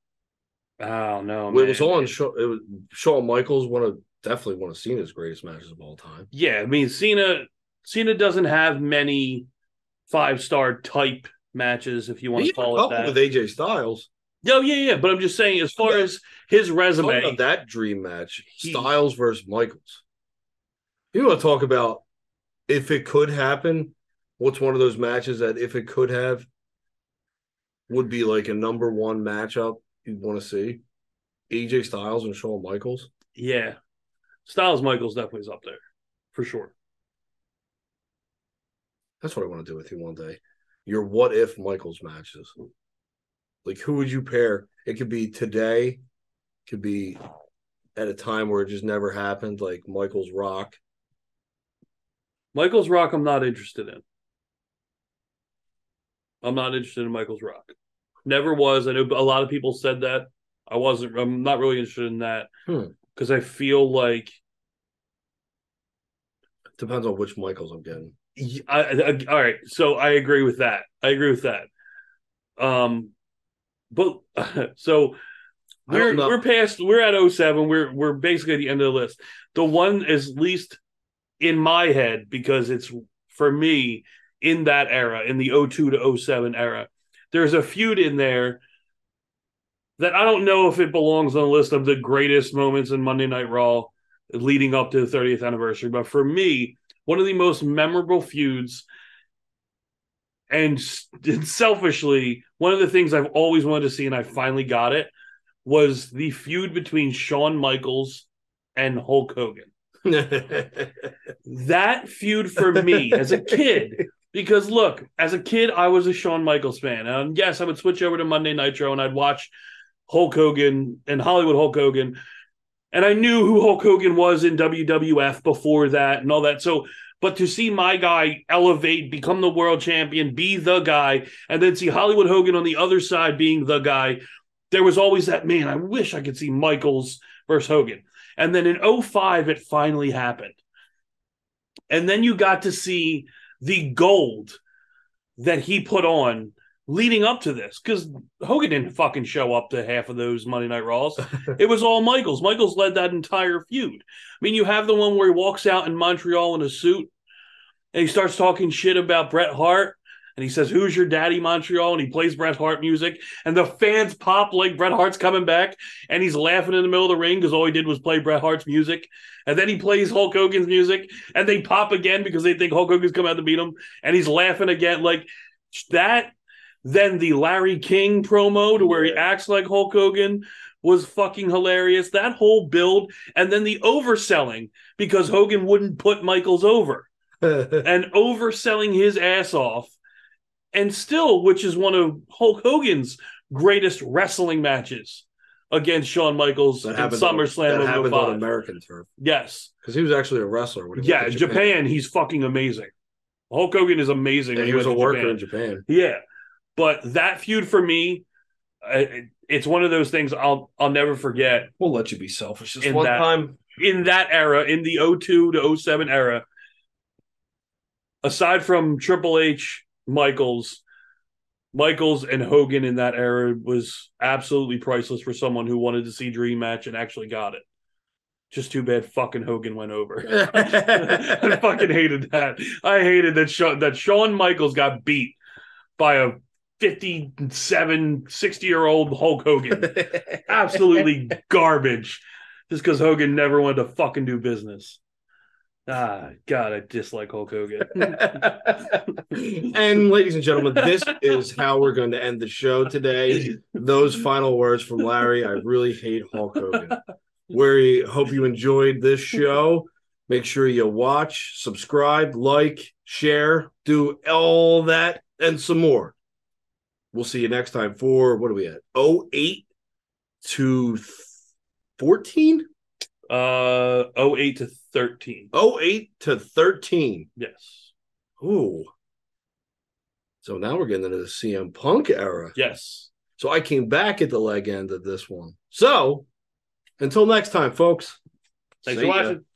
Speaker 10: oh no
Speaker 11: Well, it was on Shaw, it was, Shawn Michaels one of definitely one of Cena's greatest matches of all time.
Speaker 10: yeah i mean cena cena doesn't have many five star type matches if you want
Speaker 11: He
Speaker 10: to
Speaker 11: had a
Speaker 10: call it that
Speaker 11: couple with AJ Styles.
Speaker 10: no yeah yeah but i'm just saying as far as his
Speaker 11: Talking
Speaker 10: resume
Speaker 11: about that dream match,
Speaker 10: He-
Speaker 11: Styles versus Michaels. You want to talk about if it could happen? What's one of those matches that if it could have would be like a number one matchup you'd want to see? AJ Styles and Shawn Michaels.
Speaker 10: yeah styles michaels definitely is up there for sure
Speaker 11: That's what I want to do with you one day. Your what if Michaels matches. Like who would you pair? It could be today, could be at a time where it just never happened, like Michaels Rock.
Speaker 10: michael's rock i'm not interested in i'm not interested in michael's rock never was i know a lot of people said that i wasn't i'm not really interested in that
Speaker 11: Hmm.
Speaker 10: because i feel like
Speaker 11: Depends on which Michaels I'm getting.
Speaker 10: I, I- all right so i agree with that i agree with that um but (laughs) so
Speaker 11: I don't
Speaker 10: we're
Speaker 11: know.
Speaker 10: we're past we're at 07 we're we're basically at the end of the list the one is least in my head because it's for me in that era in the 02 to 07 era there's a feud in there that i don't know if it belongs on the list of the greatest moments in monday night raw leading up to the 30th anniversary but for me one of the most memorable feuds and, s- and selfishly one of the things i've always wanted to see and i finally got it was the feud between Shawn Michaels and Hulk Hogan.
Speaker 11: (laughs)
Speaker 10: That feud for me as a kid, because look, as a kid, I was a Shawn Michaels fan. And yes, I would switch over to Monday Nitro and I'd watch Hulk Hogan and Hollywood Hulk Hogan And I knew who Hulk Hogan was in WWF before that and all that. So, but to see my guy elevate, become the world champion, be the guy, and then see Hollywood Hogan on the other side being the guy, there was always that man, I wish I could see Michaels versus Hogan. And then in 05, it finally happened. And then you got to see the gold that he put on leading up to this because Hogan didn't fucking show up to half of those Monday Night Raws. it was all Michaels. Michaels led that entire feud. I mean, you have the one where he walks out in Montreal in a suit and he starts talking shit about Bret Hart. And he says, Who's your daddy, Montreal? And he plays Bret Hart music. And the fans pop like Bret Hart's coming back. And he's laughing in the middle of the ring because all he did was play Bret Hart's music. And then he plays Hulk Hogan's music. And they pop again because they think Hulk Hogan's come out to beat him. And he's laughing again. Like that then the Larry King promo to where he acts like Hulk Hogan was fucking hilarious. That whole build, and then the overselling because Hogan wouldn't put Michaels over and overselling his ass off. And still, which is one of Hulk Hogan's greatest wrestling matches against Shawn Michaels
Speaker 11: That
Speaker 10: at
Speaker 11: happened.
Speaker 10: SummerSlam.
Speaker 11: that happened on
Speaker 10: 05.
Speaker 11: American turf
Speaker 10: Yes.
Speaker 11: because he was actually a wrestler. When he
Speaker 10: Yeah,
Speaker 11: went to
Speaker 10: Japan. he's fucking amazing. Hulk Hogan is amazing.
Speaker 11: Yeah,
Speaker 10: when
Speaker 11: he was a
Speaker 10: went to
Speaker 11: worker
Speaker 10: Japan.
Speaker 11: in Japan.
Speaker 10: Yeah, but that feud for me, I- I- it's one of those things I'll I'll never forget.
Speaker 12: We'll let you be selfish this
Speaker 10: In
Speaker 12: one
Speaker 10: that-
Speaker 12: time.
Speaker 10: In that era, in the 02 to 07 era, aside from Triple H, Michaels, Michaels and Hogan in that era was absolutely priceless for someone who wanted to see dream match and actually got it. Just too bad fucking Hogan went over. I fucking hated that. I hated that Shawn, that Shawn Michaels got beat by a 57, 60 year old Hulk Hogan. (laughs) Absolutely garbage. Just because Hogan never wanted to fucking do business. Ah, God, I dislike Hulk Hogan.
Speaker 11: (laughs) and ladies and gentlemen, this is how we're going to end the show today. Those final words from Larry. I really hate Hulk Hogan. We hope you enjoyed this show. Make sure you watch, subscribe, like, share, do all that and some more. We'll see you next time for what are we at? 08 to 14?
Speaker 10: Uh 08 to 13.
Speaker 11: 08 to 13.
Speaker 10: Yes.
Speaker 11: Ooh. So now we're getting into the CM Punk era.
Speaker 10: Yes.
Speaker 11: So I came back at the leg end of this one. So until next time, folks.
Speaker 10: Thanks
Speaker 11: See
Speaker 10: for
Speaker 11: ya.
Speaker 10: watching.